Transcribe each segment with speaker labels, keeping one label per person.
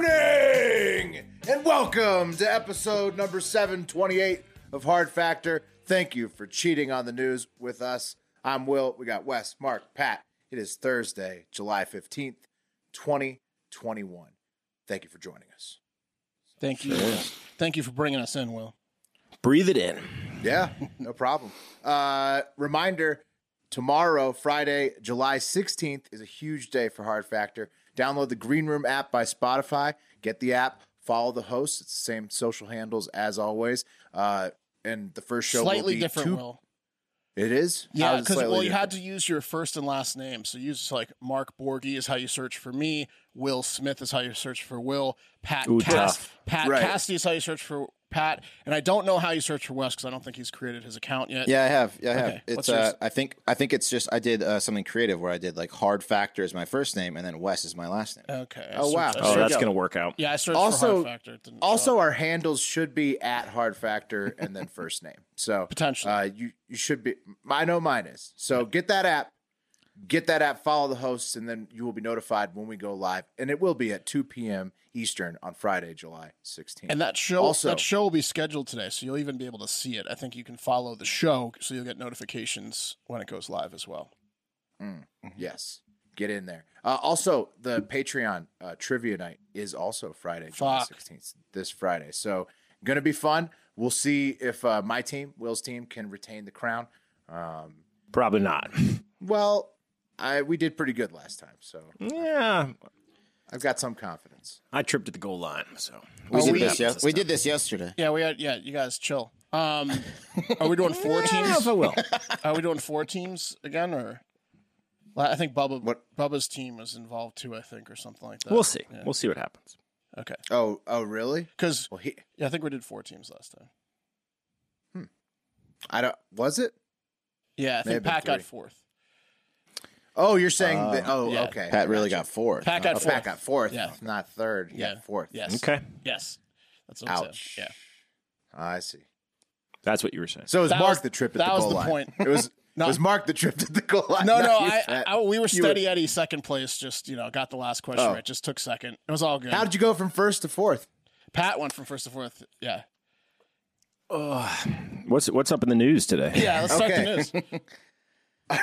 Speaker 1: morning and welcome to episode number 728 of hard factor thank you for cheating on the news with us i'm will we got wes mark pat it is thursday july 15th 2021 thank you for joining us
Speaker 2: Thank you. Thank you for bringing us in, Will.
Speaker 3: Breathe it in.
Speaker 1: Yeah, no problem. Uh, reminder tomorrow, Friday, July 16th, is a huge day for Hard Factor. Download the Green Room app by Spotify. Get the app, follow the hosts. It's the same social handles as always. Uh, and the first show will
Speaker 2: Slightly
Speaker 1: be
Speaker 2: different,
Speaker 1: two-
Speaker 2: Will.
Speaker 1: It is? How
Speaker 2: Yeah,
Speaker 1: is it
Speaker 2: because
Speaker 1: slightly
Speaker 2: well, you
Speaker 1: different?
Speaker 2: had to use your first and last name. So use like Mark Borgi is how you search for me. Will Smith is how you search for Will. Pat
Speaker 3: Ooh,
Speaker 2: Cast-
Speaker 3: tough.
Speaker 2: Pat
Speaker 1: Right.
Speaker 2: Cassidy is how you search for Pat. And I don't know how you search for Wes because I don't think he's created his account yet.
Speaker 4: Yeah, I have. Yeah, I have.
Speaker 2: Okay, what's
Speaker 4: It's
Speaker 2: yours?
Speaker 4: uh, I think I think it's just I did uh, something creative where I did like hard factor is my first name and then Wes is my last name.
Speaker 2: Okay. I
Speaker 1: Oh, wow.
Speaker 2: searched- I
Speaker 3: Oh,
Speaker 2: searched-
Speaker 3: that's gonna work out.
Speaker 2: yeah, I searched for
Speaker 1: Also-
Speaker 2: Hard Factor. It didn't show
Speaker 1: Also,
Speaker 2: up.
Speaker 1: our handles should be at Hard Factor and then first name. So
Speaker 2: Potentially.
Speaker 1: uh, you you should be. I know mine is. So get that app, get that app. Follow the hosts, and then you will be notified when we go live, and it will be at two p.m. Eastern on Friday, July sixteenth.
Speaker 2: and that show
Speaker 1: also-
Speaker 2: that show will be scheduled today, so you'll even be able to see it. I think you can follow the show, so you'll get notifications when it goes live as well.
Speaker 1: yes, get in there. Uh, also, the Patreon uh, trivia night is also Friday, July
Speaker 2: Fuck.
Speaker 1: sixteenth, this Friday. So gonna be fun. We'll see if uh, my team, Will's team, can retain the crown. Um,
Speaker 3: Probably not.
Speaker 1: Well, I we did pretty good last time, so
Speaker 3: Yeah,
Speaker 1: I've got some confidence.
Speaker 3: I tripped at the goal line, so
Speaker 4: We
Speaker 2: Oh,
Speaker 4: did
Speaker 2: we-
Speaker 4: this. Yes, we did this yesterday.
Speaker 2: Yeah, we had yeah, you guys chill. Um are we doing four
Speaker 3: I don't know if
Speaker 2: teams?
Speaker 3: I will.
Speaker 2: Are we doing four teams again or Well, I think Bubba
Speaker 1: What-
Speaker 2: Bubba's team was involved too, I think, or something like that.
Speaker 3: We'll see. We'll see what happens.
Speaker 2: Okay.
Speaker 1: Oh, oh, really?
Speaker 2: Because
Speaker 1: Well, he,
Speaker 2: yeah, I think we did four teams last time.
Speaker 1: I don't. Was it?
Speaker 2: Yeah, I
Speaker 1: May have
Speaker 2: think
Speaker 1: been
Speaker 2: Pat got
Speaker 1: three.
Speaker 2: fourth.
Speaker 1: Oh, you're saying that? Oh,
Speaker 2: yeah.
Speaker 1: okay.
Speaker 4: Uh, Pat really got fourth.
Speaker 2: Pat
Speaker 1: oh,
Speaker 2: got fourth.
Speaker 1: Pat got fourth,
Speaker 2: Yeah.
Speaker 1: not third. He
Speaker 2: Yeah.
Speaker 1: got fourth.
Speaker 2: Yes.
Speaker 3: Okay,
Speaker 2: Yes. That's what I'm
Speaker 1: Ouch. Oh,
Speaker 2: saying. Yeah.
Speaker 1: I see.
Speaker 3: that's what you were saying.
Speaker 1: So it was
Speaker 2: That
Speaker 1: Mark
Speaker 2: was-
Speaker 1: the trip at
Speaker 2: that
Speaker 1: the
Speaker 2: was
Speaker 1: goal
Speaker 2: the
Speaker 1: line.
Speaker 2: point.
Speaker 1: It was.
Speaker 2: No.
Speaker 1: It was Mark the trip at the goal line.
Speaker 2: No,
Speaker 1: not
Speaker 2: no,
Speaker 1: you,
Speaker 2: I,
Speaker 1: Pat.
Speaker 2: I, we were
Speaker 1: You were-
Speaker 2: steady Eddie, second place. Just you know, got the last question
Speaker 1: Oh.
Speaker 2: right. Just took second. It was all good.
Speaker 1: How did you go from first to fourth?
Speaker 2: Pat went from first to fourth. Yeah,
Speaker 3: What's what's up in the news today?
Speaker 2: yeah. Let's start
Speaker 1: Okay.
Speaker 2: the news.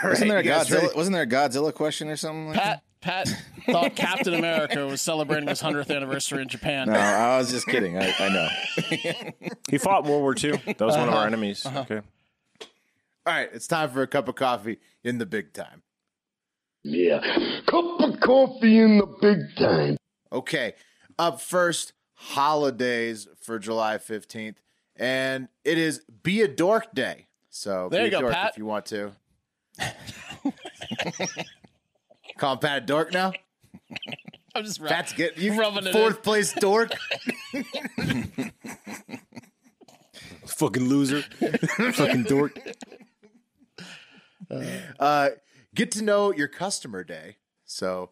Speaker 4: Wasn't there a
Speaker 1: you guys
Speaker 4: Godzilla?
Speaker 1: ready?
Speaker 4: Wasn't there a Godzilla question or something? Like
Speaker 2: Pat Pat thought Captain America was celebrating his hundredth anniversary in Japan.
Speaker 4: that? No, I was just kidding. I, I know.
Speaker 3: He fought World War II. That was one
Speaker 1: Uh-huh.
Speaker 3: of our enemies. Okay.
Speaker 1: All right, it's time for a cup of coffee in the big time.
Speaker 5: Yeah. Cup of coffee in the big time.
Speaker 1: Okay. Up first, holidays for July 15th. And it is Be a Dork Day. So
Speaker 2: There
Speaker 1: be
Speaker 2: you
Speaker 1: a
Speaker 2: go,
Speaker 1: dork
Speaker 2: Pat.
Speaker 1: if you want to. Call him Pat a dork now?
Speaker 2: I'm just rub-
Speaker 1: Pat's getting you
Speaker 2: rubbing it
Speaker 1: fourth place dork.
Speaker 3: Fucking loser. Fucking dork.
Speaker 1: Uh, get to know your customer day. So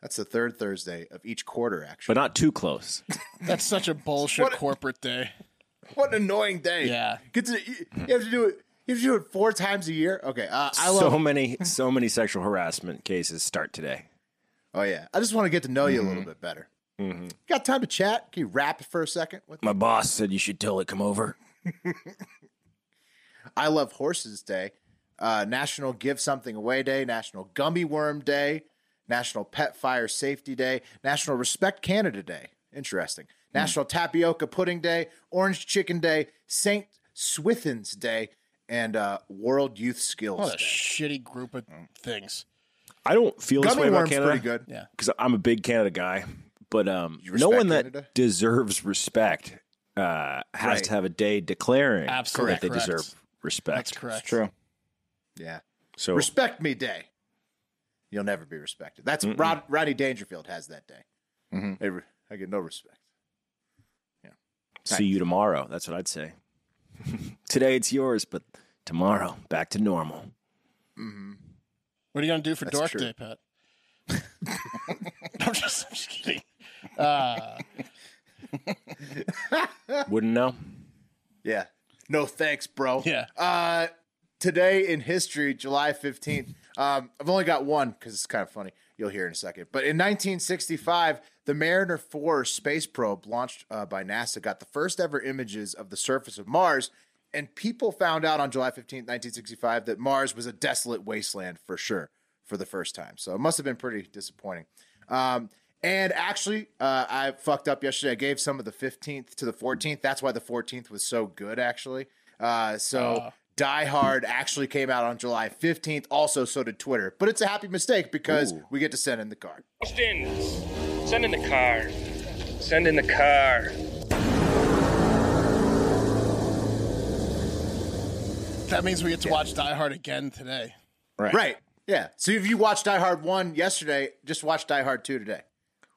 Speaker 1: that's the third Thursday of each quarter, actually.
Speaker 3: But not too close.
Speaker 2: in. That's such a bullshit
Speaker 1: What-
Speaker 2: corporate day.
Speaker 1: what an annoying day.
Speaker 2: Yeah.
Speaker 1: Get to, you, you have to do it. You have to do it four times a year. Okay. Uh, I love
Speaker 3: so many so many sexual harassment cases start today.
Speaker 1: Oh yeah, I just want to get to know you a little bit better. Got time to chat? Can you rap for a second? With
Speaker 3: My boss said you should totally come over.
Speaker 1: I love Horses Day, uh, National Give Something Away Day, National Gummy Worm Day, National Pet Fire Safety Day, National Respect Canada Day. Interesting. National Tapioca Pudding Day, Orange Chicken Day, Saint Swithin's Day, and uh, World Youth Skills
Speaker 2: What a
Speaker 1: Day.
Speaker 2: shitty group of things.
Speaker 3: I don't feel this way
Speaker 1: Gummy
Speaker 3: about
Speaker 1: Worm's
Speaker 3: Canada.
Speaker 1: pretty good.
Speaker 2: Yeah.
Speaker 3: because I'm a big Canada guy, but um,
Speaker 1: You
Speaker 3: no
Speaker 1: respect
Speaker 3: one
Speaker 1: Canada?
Speaker 3: that deserves respect uh, has
Speaker 1: Right.
Speaker 3: to have a day declaring
Speaker 2: Absolutely
Speaker 3: that they
Speaker 2: correct.
Speaker 3: deserve respect.
Speaker 2: That's correct.
Speaker 4: True.
Speaker 1: Yeah.
Speaker 3: So
Speaker 1: Respect me day. You'll never be respected. That's Rod, Rodney Dangerfield has that day. They re- I get no respect.
Speaker 3: see you tomorrow. That's what I'd say. Today it's yours, but tomorrow back to normal.
Speaker 2: What are you gonna do for
Speaker 1: That's
Speaker 2: Dork
Speaker 1: true.
Speaker 2: Day, Pat? I'm, just, I'm just kidding. Uh,
Speaker 3: Wouldn't know.
Speaker 1: Yeah. No thanks, bro.
Speaker 2: Yeah.
Speaker 1: Uh, today in history, July 15th, um, I've only got one because it's kind of funny. You'll hear in a second. But in 1965, the Mariner 4 space probe launched uh, by NASA got the first ever images of the surface of Mars. And people found out on July 15th, 1965, that Mars was a desolate wasteland for sure for the first time. So it must have been pretty disappointing. Um, and actually, uh, I fucked up yesterday. I gave some of the 15th to the 14th. That's why the 14th was so good, actually. Uh, so Die Hard actually came out on July 15th. Also, so did Twitter. But it's a happy mistake because we get to send in the card.
Speaker 6: Austin, send in the car. Send in the car.
Speaker 2: that means we get to watch Die Hard again today.
Speaker 1: Right. Yeah. So if you watched Die Hard 1 yesterday, just watch Die Hard 2 today.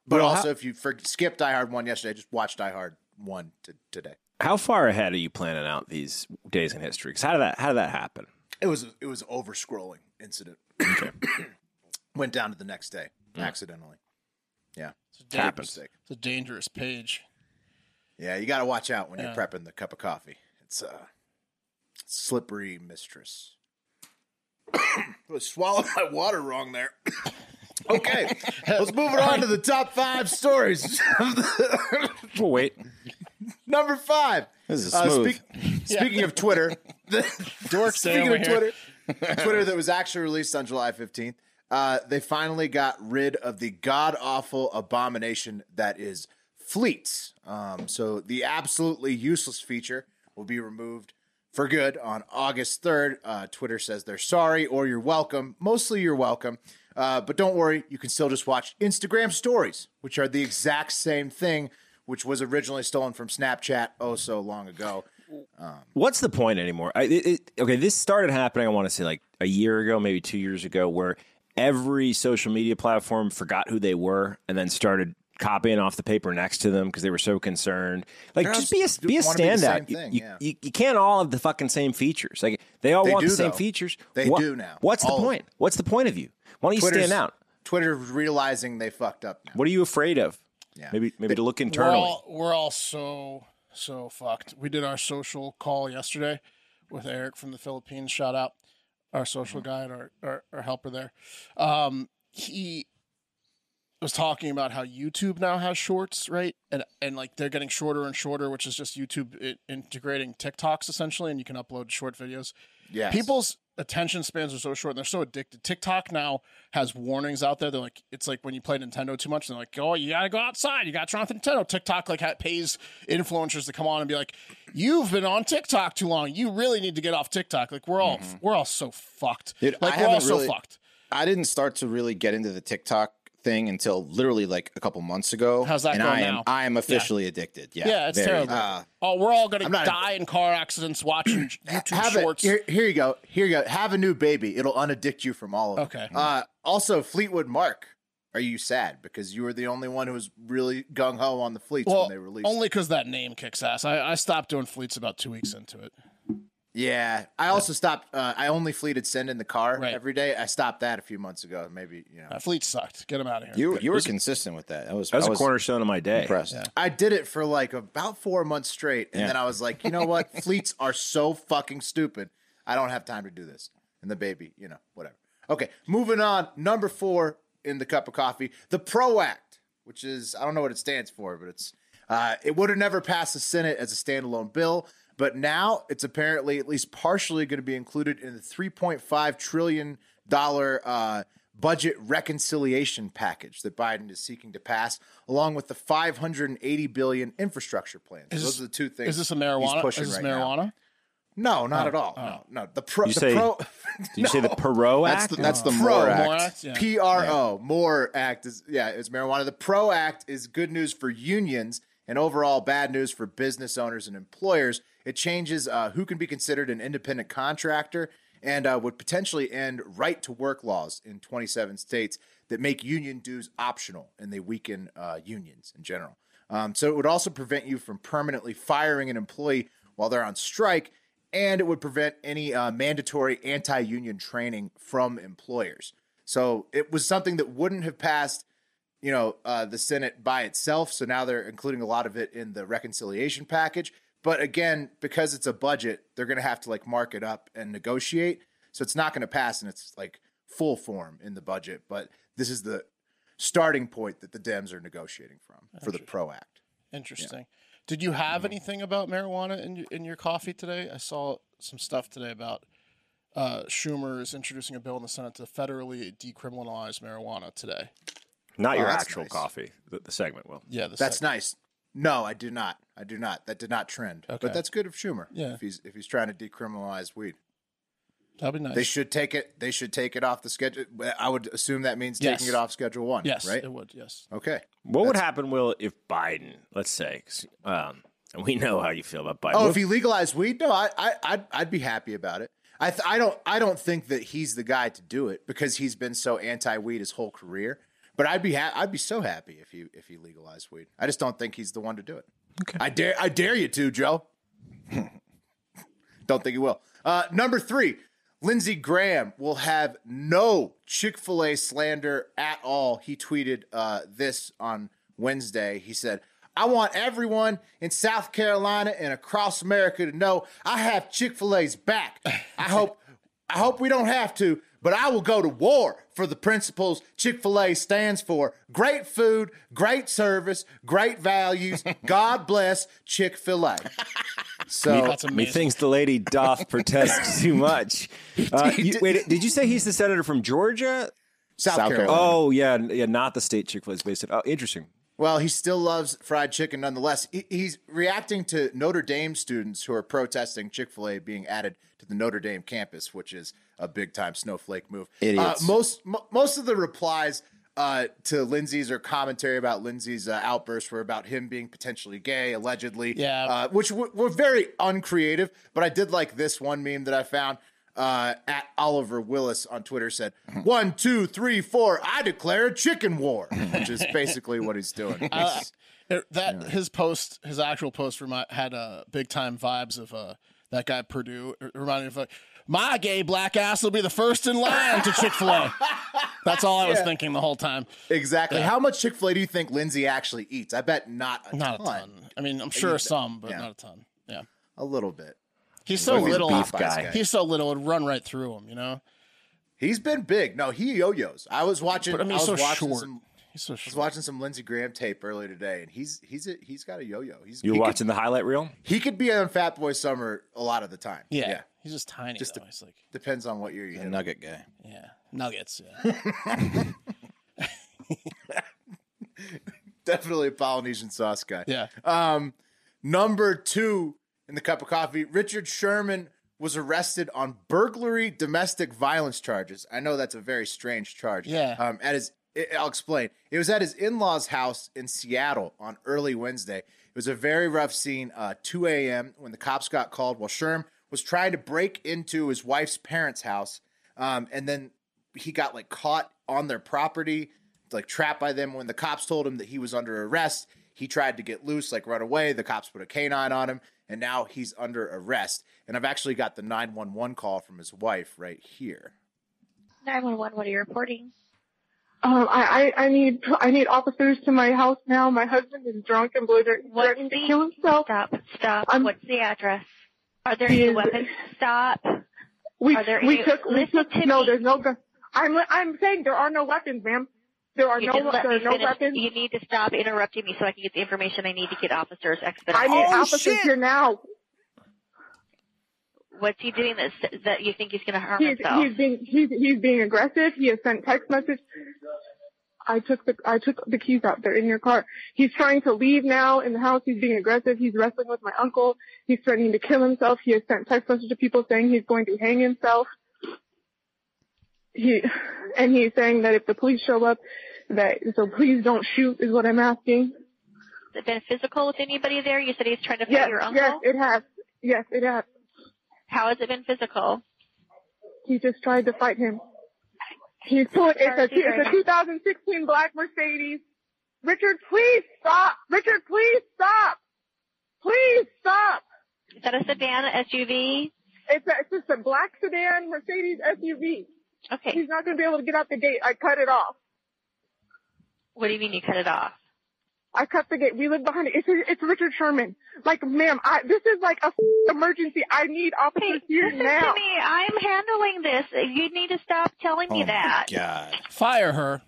Speaker 1: But
Speaker 3: Well,
Speaker 1: also,
Speaker 3: how-
Speaker 1: if you for- skip Die Hard 1 yesterday, just watch Die Hard 1 to today.
Speaker 3: How far ahead are you planning out these days in history? Because how did that how did that happen?
Speaker 1: It was it was over scrolling incident. Went down to the next day accidentally. Yeah.
Speaker 2: It's a, dan-
Speaker 3: Happens.
Speaker 2: it's a dangerous page.
Speaker 1: Yeah, you got to watch out when you're
Speaker 2: Yeah.
Speaker 1: prepping the cup of coffee. It's a slippery mistress. I swallowed my water wrong there. okay, let's move it on to the top five stories.
Speaker 3: We'll wait.
Speaker 1: Number five.
Speaker 4: This is
Speaker 1: Uh,
Speaker 4: smooth.
Speaker 1: speak- Speaking of Twitter,
Speaker 2: Dork Day
Speaker 1: Speaking
Speaker 2: over
Speaker 1: of
Speaker 2: here.
Speaker 1: Twitter, Twitter that was actually released on July 15th, uh, they finally got rid of the god awful abomination that is fleets. Um, so the absolutely useless feature will be removed for good on August 3rd. Uh, Twitter says they're sorry or you're welcome. Mostly you're welcome. Uh, but don't worry, you can still just watch Instagram stories, which are the exact same thing, which was originally stolen from Snapchat oh so long ago.
Speaker 3: What's the point anymore? I, it, it, okay, this started happening. I want to say like a year ago, maybe two years ago, where every social media platform forgot who they were and then started copying off the paper next to them because they were so concerned. Like,
Speaker 1: They're
Speaker 3: just
Speaker 1: all
Speaker 3: be a
Speaker 1: s-
Speaker 3: be a
Speaker 1: wanna be the same
Speaker 3: standout. You-
Speaker 1: thing,
Speaker 3: you,
Speaker 1: yeah.
Speaker 3: you- you can't all have the fucking same features. Like they all
Speaker 1: They
Speaker 3: want
Speaker 1: do,
Speaker 3: the same
Speaker 1: though.
Speaker 3: features.
Speaker 1: They do now.
Speaker 3: What's
Speaker 1: All of
Speaker 3: the point? What's the point of you? Why don't you
Speaker 1: Twitter's-
Speaker 3: stand out?
Speaker 1: Twitter's realizing they fucked up now.
Speaker 3: What are you afraid of? Maybe maybe to look
Speaker 2: We're
Speaker 3: internally.
Speaker 2: all, we're all so so fucked. We did our social call yesterday with Eric from the Philippines. Shout out our
Speaker 1: Mm-hmm.
Speaker 2: social guy and our, our, our helper there. Um, he was talking about how YouTube now has shorts, right? And and like they're getting shorter and shorter, which is just YouTube i integrating TikToks essentially, and you can upload short videos.
Speaker 1: Yes.
Speaker 2: People's attention spans are so short and they're so addicted. TikTok now has warnings out there. They're like, it's like when you play Nintendo too much, they're like, oh, you gotta go outside. You gotta turn off the Nintendo. TikTok like ha- pays influencers to come on and be like, you've been on TikTok too long. You really need to get off TikTok. Like we're all we're all so fucked.
Speaker 4: Mm-hmm. Dude,
Speaker 2: like
Speaker 4: I
Speaker 2: we're all
Speaker 4: haven't really-
Speaker 2: so fucked.
Speaker 4: I didn't start to really get into the TikTok thing until literally like a couple months ago.
Speaker 2: How's that
Speaker 4: and
Speaker 2: going
Speaker 4: I am,
Speaker 2: now?
Speaker 4: I am officially addicted. Yeah.
Speaker 2: Yeah, it's
Speaker 4: very
Speaker 2: terrible.
Speaker 4: addicted.
Speaker 1: Uh,
Speaker 2: oh, we're all gonna
Speaker 1: not-
Speaker 2: die in car accidents watching YouTube
Speaker 1: have a,
Speaker 2: shorts.
Speaker 1: here, here you go. Here you go. Have a new baby. It'll unaddict you from all of it.
Speaker 2: Okay.
Speaker 1: Uh, also, Fleetwood Mark, are you sad because you were the only one who was really gung ho on the Fleets
Speaker 2: well,
Speaker 1: when they released?
Speaker 2: only because that name kicks ass. I, I stopped doing fleets about two weeks into it.
Speaker 1: yeah. I also stopped. Uh, I only fleeted send in the car
Speaker 2: Right.
Speaker 1: every day. I stopped that a few months ago. Maybe you know.
Speaker 2: Uh, fleets sucked. Get them out of here.
Speaker 4: You, you were consistent with that. That was,
Speaker 3: that was,
Speaker 4: I
Speaker 3: a cornerstone of my day.
Speaker 4: impressed.
Speaker 1: I did it for like about four months straight, and
Speaker 4: Yeah.
Speaker 1: then I was like, you know what? Fleets are so fucking stupid. I don't have time to do this. And the baby, you know, whatever. Okay, moving on. Number four in the cup of coffee, the PRO Act, which is I don't know what it stands for, but it's uh, it would have never passed the Senate as a standalone bill, but now it's apparently at least partially going to be included in the 3.5 trillion dollar uh, budget reconciliation package that Biden is seeking to pass, along with the 580 billion infrastructure plan. So those are the two things.
Speaker 2: Is this a
Speaker 1: he's
Speaker 2: marijuana? Is
Speaker 1: pushing
Speaker 2: this
Speaker 1: right now.
Speaker 2: marijuana? Oh,
Speaker 1: No, not at all. No, no. The pro.
Speaker 3: You
Speaker 1: the
Speaker 3: say-
Speaker 1: pro.
Speaker 3: Did you say the Perot
Speaker 4: That's
Speaker 3: Act?
Speaker 4: the, that's the
Speaker 1: Pro
Speaker 4: more act.
Speaker 2: More oh. act? Yeah.
Speaker 1: P R O, more act is yeah, it's marijuana. The Pro Act is good news for unions and overall bad news for business owners and employers. It changes uh, who can be considered an independent contractor and uh, would potentially end right to work laws in 27 states that make union dues optional and they weaken uh, unions in general. Um, so it would also prevent you from permanently firing an employee while they're on strike, and it would prevent any uh, mandatory anti union training from employers. So it was something that wouldn't have passed you know, uh, the Senate by itself. So now they're including a lot of it in the reconciliation package. But again, because it's a budget, they're going to have to like mark it up and negotiate. So it's not going to pass in its like full form in the budget. But this is the starting point that the Dems are negotiating from for the PRO Act.
Speaker 2: Interesting. Did you have anything about marijuana in y- in your coffee today? I saw some stuff today about uh, Schumer is introducing a bill in the Senate to federally decriminalize marijuana today.
Speaker 3: Not your
Speaker 1: Oh, that's
Speaker 3: actual
Speaker 1: nice.
Speaker 3: coffee. The, the segment will.
Speaker 2: Yeah, the
Speaker 1: That's
Speaker 2: Senate.
Speaker 1: nice. No, I do not. I do not. That did not trend.
Speaker 2: Okay.
Speaker 1: But that's good of Schumer.
Speaker 2: Yeah.
Speaker 1: If he's if he's trying to decriminalize weed.
Speaker 2: that'd be nice.
Speaker 1: They should take it they should take it off the schedule. I would assume that means
Speaker 2: Yes.
Speaker 1: taking it off schedule 1,
Speaker 2: yes,
Speaker 1: right?
Speaker 2: it would. Yes,
Speaker 1: Okay.
Speaker 3: What would happen, Will, if Biden, let's say, 'cause, um, and we know how you feel about Biden.
Speaker 1: Oh,
Speaker 3: What-
Speaker 1: if he legalized weed, no, I, I, I'd, I'd be happy about it. I, th- I don't, I don't think that he's the guy to do it because he's been so anti-weed his whole career. But I'd be, ha- I'd be so happy if he, if he legalized weed. I just don't think he's the one to do it. Okay. I dare, I dare you to, Joe. don't think he will. Uh, number three, Lindsey Graham will have no Chick Fil A slander at all. He tweeted uh, this on Wednesday. He said. I want everyone in South Carolina and across America to know I have Chick Fil A's back. I hope, I hope we don't have to, but I will go to war for the principles Chick Fil A stands for: great food, great service, great values. God bless Chick Fil A. So
Speaker 2: that's amazing.
Speaker 3: Methinks the lady doth protest too much. Uh, you- wait, did you say he's the senator from Georgia?
Speaker 1: South,
Speaker 4: South
Speaker 1: Carolina.
Speaker 4: Carolina.
Speaker 3: Oh, yeah, n- yeah, not the state Chick Fil A is based in. Oh, interesting.
Speaker 1: Well, he still loves fried chicken nonetheless. He, he's reacting to Notre Dame students who are protesting Chick fil A being added to the Notre Dame campus, which is a big time snowflake move.
Speaker 4: Idiots.
Speaker 1: Uh, most, mo most of the replies uh, to Lindsay's or commentary about Lindsay's uh, outburst were about him being potentially gay, allegedly.
Speaker 2: Yeah.
Speaker 1: Uh, which w- were very uncreative, but I did like this one meme that I found. Uh, at Oliver Willis on Twitter said,
Speaker 2: Mm-hmm.
Speaker 1: one, two, three, four, I declare a chicken war, which is basically what he's doing.
Speaker 2: Uh,
Speaker 1: He's-
Speaker 2: It- that his post, his actual post, remi- had uh, big time vibes of uh, that guy at Purdue. It reminded me of like my gay black ass will be the first in line to Chick Fil A. That's all I was thinking the whole time.
Speaker 1: exactly. How much Chick fil A do you think Lindsay actually eats? I bet not a
Speaker 2: Not a
Speaker 1: ton.
Speaker 2: ton. I mean, I'm sure some, but
Speaker 1: yeah.
Speaker 2: not a ton. Yeah,
Speaker 1: A little bit.
Speaker 2: he's so little.
Speaker 3: beef
Speaker 1: Popeyes
Speaker 3: guy.
Speaker 2: He's so little; it'd run right through him. You know,
Speaker 1: He's been big. No, he yo yos. I was watching,
Speaker 2: but I mean,
Speaker 1: was
Speaker 2: he's so
Speaker 1: watching
Speaker 2: short.
Speaker 1: some.
Speaker 2: he's
Speaker 1: I
Speaker 2: so
Speaker 1: was
Speaker 2: short.
Speaker 1: watching some Lindsey Graham tape earlier today, and he's he's a, he's got a yo-yo. He's he
Speaker 3: You were
Speaker 1: could-
Speaker 3: watching the highlight reel?
Speaker 1: he could be on Fat Boy Summer a lot of the time.
Speaker 2: Yeah. he's just tiny.
Speaker 1: Just
Speaker 2: though.
Speaker 1: a-
Speaker 2: he's like,
Speaker 1: depends on what year you
Speaker 4: The
Speaker 1: hit.
Speaker 4: nugget guy.
Speaker 2: yeah, nuggets. Yeah.
Speaker 1: Definitely a Polynesian sauce guy.
Speaker 2: yeah.
Speaker 1: Um, number two in the cup of coffee, Richard Sherman was arrested on burglary domestic violence charges. I know that's a very strange charge.
Speaker 2: Yeah.
Speaker 1: Um, at his, I- I'll explain. It was at his in law's house in Seattle on early Wednesday. It was a very rough scene, uh, 2 a.m., when the cops got called while Sherm was trying to break into his wife's parents' house. Um, and then he got like caught on their property, like trapped by them. When the cops told him that he was under arrest, he tried to get loose, like run away. The cops put a canine on him, and now he's under arrest. And I've actually got the 911 call from his wife right here.
Speaker 7: 911, what are you reporting?
Speaker 8: Um, I, I, I need I need officers to my house now. My husband is drunk and blew their
Speaker 7: What's
Speaker 8: threatened to
Speaker 7: the-
Speaker 8: kill himself.
Speaker 7: Stop, stop.
Speaker 8: I'm-
Speaker 7: Uh, What's the address? Are there any
Speaker 8: Is-
Speaker 7: weapons? Stop.
Speaker 8: We
Speaker 7: Are there
Speaker 8: we
Speaker 7: any-
Speaker 8: took we
Speaker 7: listen
Speaker 8: took
Speaker 7: to
Speaker 8: no.
Speaker 7: me.
Speaker 8: There's no gun. I'm I'm saying there are no weapons, ma'am. There are
Speaker 7: You
Speaker 8: no
Speaker 7: just let
Speaker 8: there are
Speaker 7: me
Speaker 8: no
Speaker 7: finish.
Speaker 8: weapons.
Speaker 7: You need to stop interrupting me so I can get the information I need to get officers
Speaker 8: I need
Speaker 7: expedited.
Speaker 8: officers here now.
Speaker 7: What's he doing that that you think he's going to harm
Speaker 8: He's
Speaker 7: himself?
Speaker 8: he's being he's he's being aggressive. He has sent text messages. I took the I took the keys out. They're in your car. He's trying to leave now in the house. He's being aggressive. He's wrestling with my uncle. He's threatening to kill himself. He has sent text messages to people saying he's going to hang himself. He and he's saying that if the police show up, that so please don't shoot is what I'm asking.
Speaker 7: been physical with anybody there? You said he's trying to fight
Speaker 8: Yes,
Speaker 7: your uncle.
Speaker 8: yes, it has. Yes, it has.
Speaker 7: How has it been physical?
Speaker 8: He just tried to fight him. He's pulling. It's a, it's a 2016 black Mercedes. Richard, please stop. Richard, please stop. Please stop.
Speaker 7: Is that a sedan, a SUV?
Speaker 8: It's, a, it's just a black sedan Mercedes SUV.
Speaker 7: Okay.
Speaker 8: He's not going to be able to get out the gate. I cut it off.
Speaker 7: What do you mean you cut it off?
Speaker 8: I cut the gate. We live behind it. It's, it's Richard Sherman. Like, ma'am, I, this is like a f- emergency. I need
Speaker 7: Hey,
Speaker 8: officers here
Speaker 7: listen
Speaker 8: now.
Speaker 7: to me. I'm handling this. You need to stop telling me
Speaker 4: Oh
Speaker 7: that.
Speaker 4: my god.
Speaker 2: Fire her.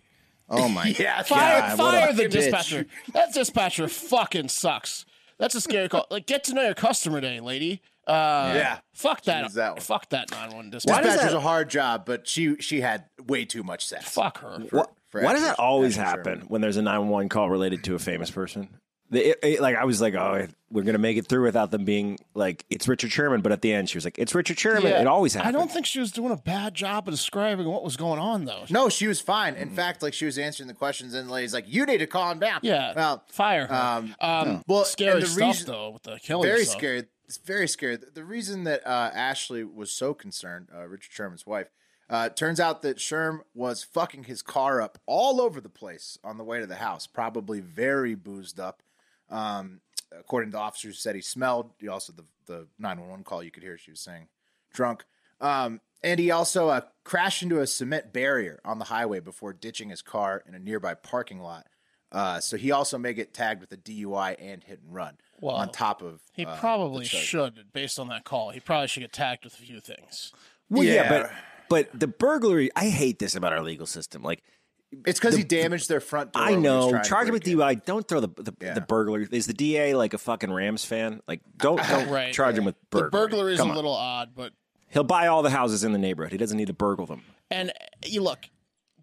Speaker 4: Oh my
Speaker 1: Yeah,
Speaker 2: Fire,
Speaker 4: God, what a
Speaker 2: fire the
Speaker 4: bitch.
Speaker 2: dispatcher. That dispatcher fucking sucks. That's a scary call. Like, get to know your customer day, lady. Uh,
Speaker 1: Yeah.
Speaker 2: Fuck that.
Speaker 1: She's that one.
Speaker 2: fuck that 911 dispatcher.
Speaker 3: Why does
Speaker 1: Dispatcher's
Speaker 3: that-
Speaker 1: a hard job, but she she had way too much sex.
Speaker 2: Fuck her.
Speaker 3: Wha-
Speaker 1: for
Speaker 3: why does
Speaker 1: actual-
Speaker 3: that always
Speaker 1: actual
Speaker 3: happen
Speaker 1: Sherman.
Speaker 3: when there's a 911 call related to a famous person? The- it- it- like I was like, oh, we're gonna make it through without them being like, it's Richard Sherman. But at the end, she was like, it's Richard Sherman.
Speaker 2: Yeah.
Speaker 3: It always happens.
Speaker 2: I don't think she was doing a bad job of describing what was going on, though.
Speaker 1: No, she was fine.
Speaker 4: Mm.
Speaker 1: In fact, like she was answering the questions, and the lady's like, "You need to calm down."
Speaker 2: Yeah.
Speaker 1: Well,
Speaker 2: fire her.
Speaker 1: um,
Speaker 2: Um,
Speaker 1: well,
Speaker 2: scary
Speaker 1: and the
Speaker 2: stuff,
Speaker 1: reason-
Speaker 2: though, with the killing
Speaker 1: very
Speaker 2: stuff.
Speaker 1: scared. It's very scared. The- The reason that uh, Ashley was so concerned, uh, Richard Sherman's wife, uh, turns out that Sherm was fucking his car up all over the place on the way to the house, probably very boozed up. Um, according to the officers, who said he smelled. He also the the nine one one call you could hear she was saying drunk. Um, and he also uh, crashed into a cement barrier on the highway before ditching his car in a nearby parking lot. Uh, so he also may get tagged with a DUI and hit and run
Speaker 2: Wow.
Speaker 1: on top of
Speaker 2: He
Speaker 1: uh,
Speaker 2: probably
Speaker 1: the charge.
Speaker 2: should, based on that call. He probably should get tagged with a few things.
Speaker 3: Well, yeah,
Speaker 1: Yeah.
Speaker 3: but but the burglary. I hate this about our legal system. Like
Speaker 1: It's because he damaged their front door.
Speaker 3: I
Speaker 1: when he was
Speaker 3: know,
Speaker 1: trying to
Speaker 3: charge him with
Speaker 1: break in.
Speaker 3: DUI. Don't throw the the,
Speaker 1: Yeah.
Speaker 3: the burglary. Is the DA like a fucking Rams fan? Like don't don't
Speaker 2: Right.
Speaker 3: charge him with burglary.
Speaker 2: The burglar is
Speaker 3: Come
Speaker 2: a
Speaker 3: on.
Speaker 2: little odd, but
Speaker 3: He'll buy all the houses in the neighborhood. He doesn't need to burgle them.
Speaker 2: and uh, you look,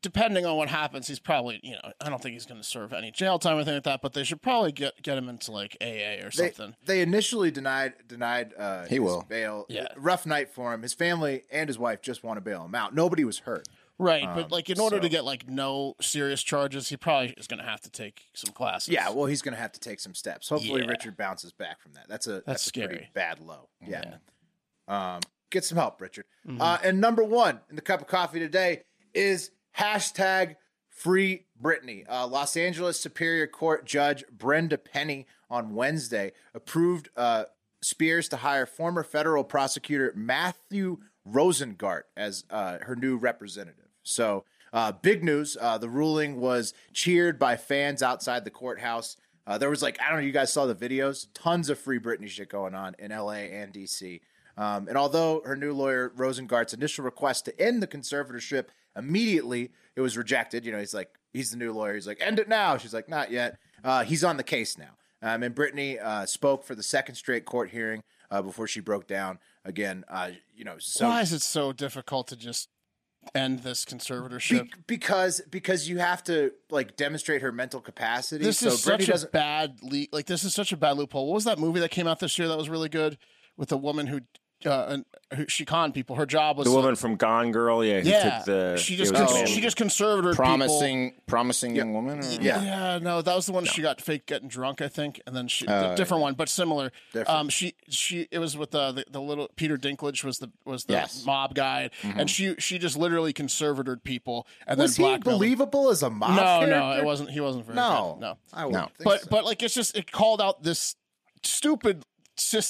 Speaker 2: depending on what happens, he's probably you know I don't think he's going to serve any jail time or anything like that. But they should probably get get him into like AA
Speaker 1: They,
Speaker 2: or something.
Speaker 1: they initially denied denied uh,
Speaker 4: He
Speaker 1: his
Speaker 4: will.
Speaker 1: bail.
Speaker 2: Yeah.
Speaker 1: rough night for him. His family and his wife just want to bail him out. Nobody was hurt.
Speaker 2: right, but like in order
Speaker 1: so-
Speaker 2: to get like no serious charges, he probably is going to have to take some classes.
Speaker 1: Yeah, well, he's going to have to take some steps. Hopefully,
Speaker 2: Yeah.
Speaker 1: Richard bounces back from that. That's a that's,
Speaker 2: That's
Speaker 1: a pretty
Speaker 2: scary.
Speaker 1: bad low. Yeah. Um, get some help, Richard. Uh, and number one in the cup of coffee today is hashtag Free Brittany. Uh, Los Angeles Superior Court Judge Brenda Penny on Wednesday approved uh, Spears to hire former federal prosecutor Matthew Rosengart as uh, her new representative. So, uh, big news. Uh, the ruling was cheered by fans outside the courthouse. Uh, there was like, I don't know, you guys saw the videos, tons of free Britney shit going on in LA and DC. Um, and although her new lawyer Rosengart's initial request to end the conservatorship immediately, it was rejected. You know, he's like, he's the new lawyer. He's like, end it now. She's like, not yet. Uh, he's on the case now. Um, and Brittany uh, spoke for the second straight court hearing uh, before she broke down again. Uh, you know, so
Speaker 2: Why is it so difficult to just end this conservatorship?
Speaker 1: be- because because you have to like demonstrate her mental capacity.
Speaker 2: this
Speaker 1: so
Speaker 2: is
Speaker 1: Brittany
Speaker 2: such a
Speaker 1: doesn't.
Speaker 2: bad le- like this is such a bad loophole. What was that movie that came out this year that was really good with the woman who uh, and who she conned people? Her job was
Speaker 3: The
Speaker 2: to-
Speaker 3: woman from Gone Girl, yeah, who
Speaker 2: yeah,
Speaker 3: took the
Speaker 2: she just
Speaker 3: it was
Speaker 2: cons-
Speaker 3: named-
Speaker 2: she just conservator
Speaker 4: promising promising young woman or
Speaker 1: Yeah.
Speaker 2: People. Yeah, no, that was the one she got fake getting drunk, I think, and then she a different one, but similar. Um, she she it was with uh, the the little Peter Dinklage was the was the
Speaker 4: Yes.
Speaker 2: mob guy, and she she just literally conservatored people and
Speaker 1: Was
Speaker 2: then
Speaker 1: he
Speaker 2: blackmailed. them.
Speaker 1: believable as a mob?
Speaker 2: No, no,
Speaker 1: character?
Speaker 2: it wasn't. He wasn't very
Speaker 1: No,
Speaker 2: good. No,
Speaker 1: I wouldn't
Speaker 4: No.
Speaker 1: think
Speaker 2: but
Speaker 1: so.
Speaker 2: but like it's just it called out this stupid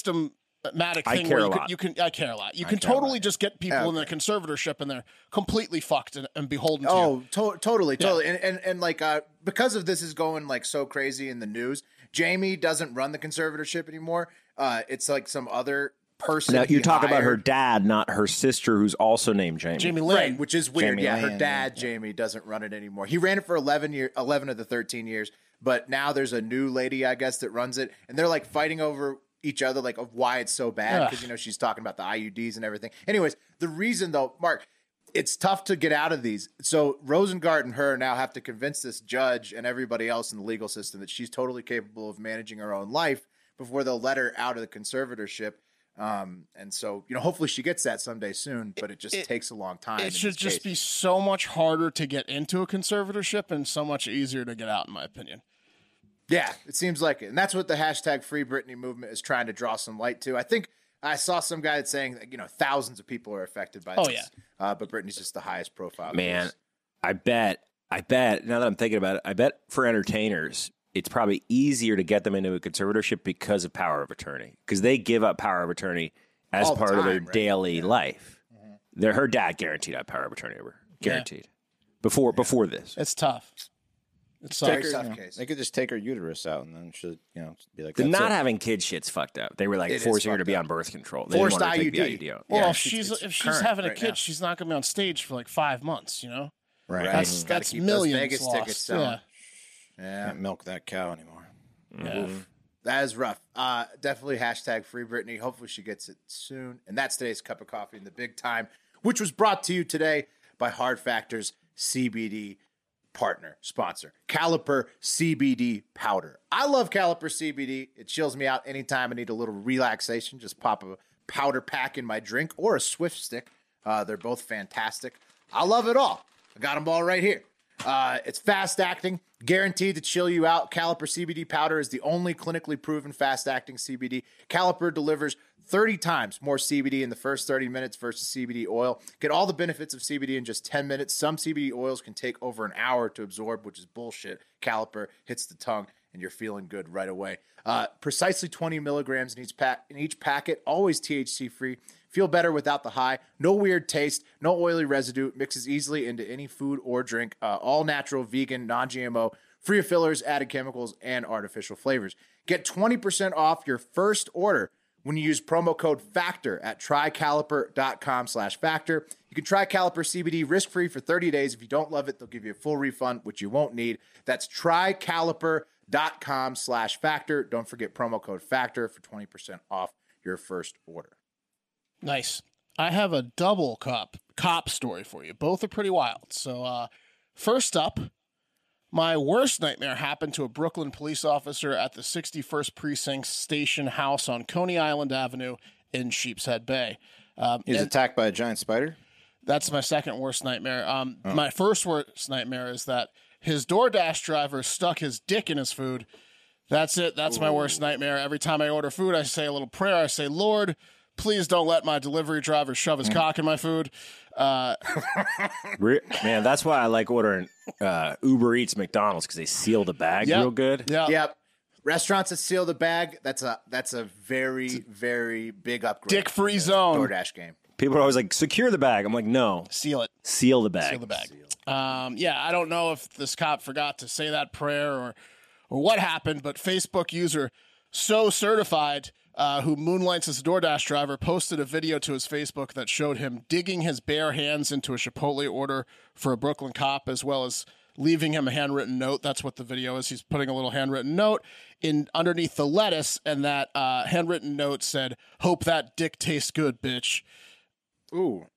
Speaker 2: systematic
Speaker 3: I
Speaker 2: thing
Speaker 3: care
Speaker 2: where
Speaker 3: a
Speaker 2: you,
Speaker 3: lot.
Speaker 2: Can, you can I care a lot. You can totally just get people in the conservatorship and they're completely fucked and, and beholden to you.
Speaker 1: Oh, to- totally, totally, and, and and like uh, because of this is going like so crazy in the news. Jamie doesn't run the conservatorship anymore. Uh, it's like some other person.
Speaker 3: Now you
Speaker 1: he
Speaker 3: talk about her
Speaker 1: hired.
Speaker 3: dad, not her sister, who's also named Jamie.
Speaker 2: Jamie Lynn.
Speaker 1: Right, which is weird.
Speaker 4: Jamie
Speaker 1: yeah, her
Speaker 4: Lynn,
Speaker 1: dad, Jamie, doesn't run it anymore. He ran it for eleven year, eleven of the thirteen years, but now there's a new lady, I guess, that runs it, and they're like fighting over each other, like of why it's so bad because you know she's talking about the IUDs and everything. Anyways, the reason though, Mark, it's tough to get out of these. So Rosengart and her now have to convince this judge and everybody else in the legal system that she's totally capable of managing her own life before they'll let her out of the conservatorship. Um, and so, you know, hopefully she gets that someday soon, but it just takes a long time. in
Speaker 2: It should
Speaker 1: this
Speaker 2: just
Speaker 1: case.
Speaker 2: be so much harder to get into a conservatorship and so much easier to get out, in my opinion.
Speaker 1: Yeah, it seems like it. And that's what the hashtag Free Britney movement is trying to draw some light to. I think I saw some guy that's saying that, you know, thousands of people are affected by
Speaker 2: Oh,
Speaker 1: this. Uh, but Britney's just the highest profile.
Speaker 3: Man,
Speaker 1: case.
Speaker 3: I bet, I bet, now that I'm thinking about it, I bet for entertainers, it's probably easier to get them into a conservatorship because of power of attorney, because they give up power of attorney as
Speaker 1: All the
Speaker 3: part of their
Speaker 1: time, right? Mm-hmm.
Speaker 3: daily life. Their, her dad guaranteed that power of attorney over, guaranteed. Before before this,
Speaker 2: It's tough. It's
Speaker 1: Very
Speaker 2: sucks.
Speaker 1: tough
Speaker 4: You know,
Speaker 1: case.
Speaker 4: They could just take her uterus out and then she'd, you know, be like,
Speaker 3: the
Speaker 4: "That's
Speaker 3: not
Speaker 4: it."
Speaker 3: having kid shit's fucked up. They were like
Speaker 1: It is
Speaker 3: forcing her to
Speaker 1: fucked
Speaker 3: be
Speaker 1: up.
Speaker 3: on birth control. They didn't
Speaker 1: Forced
Speaker 3: want her to take the
Speaker 1: IUD.
Speaker 3: IUD out.
Speaker 2: Well,
Speaker 3: Yeah.
Speaker 2: if she's
Speaker 1: it's
Speaker 2: if she's
Speaker 1: current
Speaker 2: having a
Speaker 1: right
Speaker 2: kid,
Speaker 1: now.
Speaker 2: she's not going to be on stage for like five months. You know,
Speaker 4: right.
Speaker 1: Right.
Speaker 2: that's
Speaker 1: Gotta
Speaker 2: that's
Speaker 1: keep those
Speaker 2: millions
Speaker 1: Vegas
Speaker 2: lost.
Speaker 1: tickets selling.
Speaker 2: yeah.
Speaker 1: Yeah,
Speaker 4: Can't milk that cow anymore.
Speaker 2: yeah.
Speaker 1: that is rough. Uh, definitely hashtag Free Britney. Hopefully she gets it soon. And that's today's cup of coffee in the big time, which was brought to you today by Hard Factors CBD partner, sponsor, Caliper CBD powder. I love Caliper CBD. It chills me out anytime I need a little relaxation. Just pop a powder pack in my drink or a Swift stick. Uh, they're both fantastic. I love it all. I got them all right here. Uh, it's fast acting, guaranteed to chill you out. Caliper CBD powder is the only clinically proven fast acting CBD. Caliper delivers 30 times more CBD in the first 30 minutes versus CBD oil. Get all the benefits of CBD in just 10 minutes. Some CBD oils can take over an hour to absorb, which is bullshit. Caliper hits the tongue and you're feeling good right away. Uh, precisely 20 milligrams in each pack in each packet, always THC free. Feel better without the high. No weird taste, no oily residue. It Mixes easily into any food or drink. Uh, all natural, vegan, non-GMO, free of fillers, added chemicals, and artificial flavors. Get 20% off your first order when you use promo code FACTOR at trycaliper.com slash factor. You can try Caliper CBD risk-free for 30 days. If you don't love it, they'll give you a full refund, which you won't need. That's trycaliper.com slash factor. Don't forget promo code FACTOR for 20% off your first order.
Speaker 2: Nice. I have a double cop cop story for you. Both are pretty wild. So, uh, first up, my worst nightmare happened to a Brooklyn police officer at the 61st Precinct Station House on Coney Island Avenue in Sheepshead Bay. Um,
Speaker 4: He was
Speaker 2: and-
Speaker 4: attacked by a giant spider.
Speaker 2: that's my second worst nightmare. Um, My first worst nightmare is that his DoorDash driver stuck his dick in his food. That's it. That's my worst nightmare. Every time I order food, I say a little prayer. I say, Lord, please don't let my delivery driver shove his cock in my food. Uh,
Speaker 3: Re- man, that's why I like ordering uh, Uber Eats, McDonald's because they seal the bag
Speaker 2: Yep.
Speaker 3: real good.
Speaker 2: yeah.
Speaker 1: Yep. Restaurants that seal the bag, that's a that's a very, very big upgrade.
Speaker 2: Dick-free
Speaker 1: in the
Speaker 2: zone.
Speaker 1: DoorDash game.
Speaker 3: People are always like, secure the bag. I'm like, no,
Speaker 2: Seal it.
Speaker 3: seal the bag.
Speaker 2: Seal the bag. Um, yeah, I don't know if this cop forgot to say that prayer or or what happened, but Facebook user so certified uh, who moonlights as a DoorDash driver posted a video to his Facebook that showed him digging his bare hands into a Chipotle order for a Brooklyn cop, as well as leaving him a handwritten note. That's what the video is. He's putting a little handwritten note in underneath the lettuce, and that uh, handwritten note said, "Hope that dick tastes good, bitch."
Speaker 1: Ooh.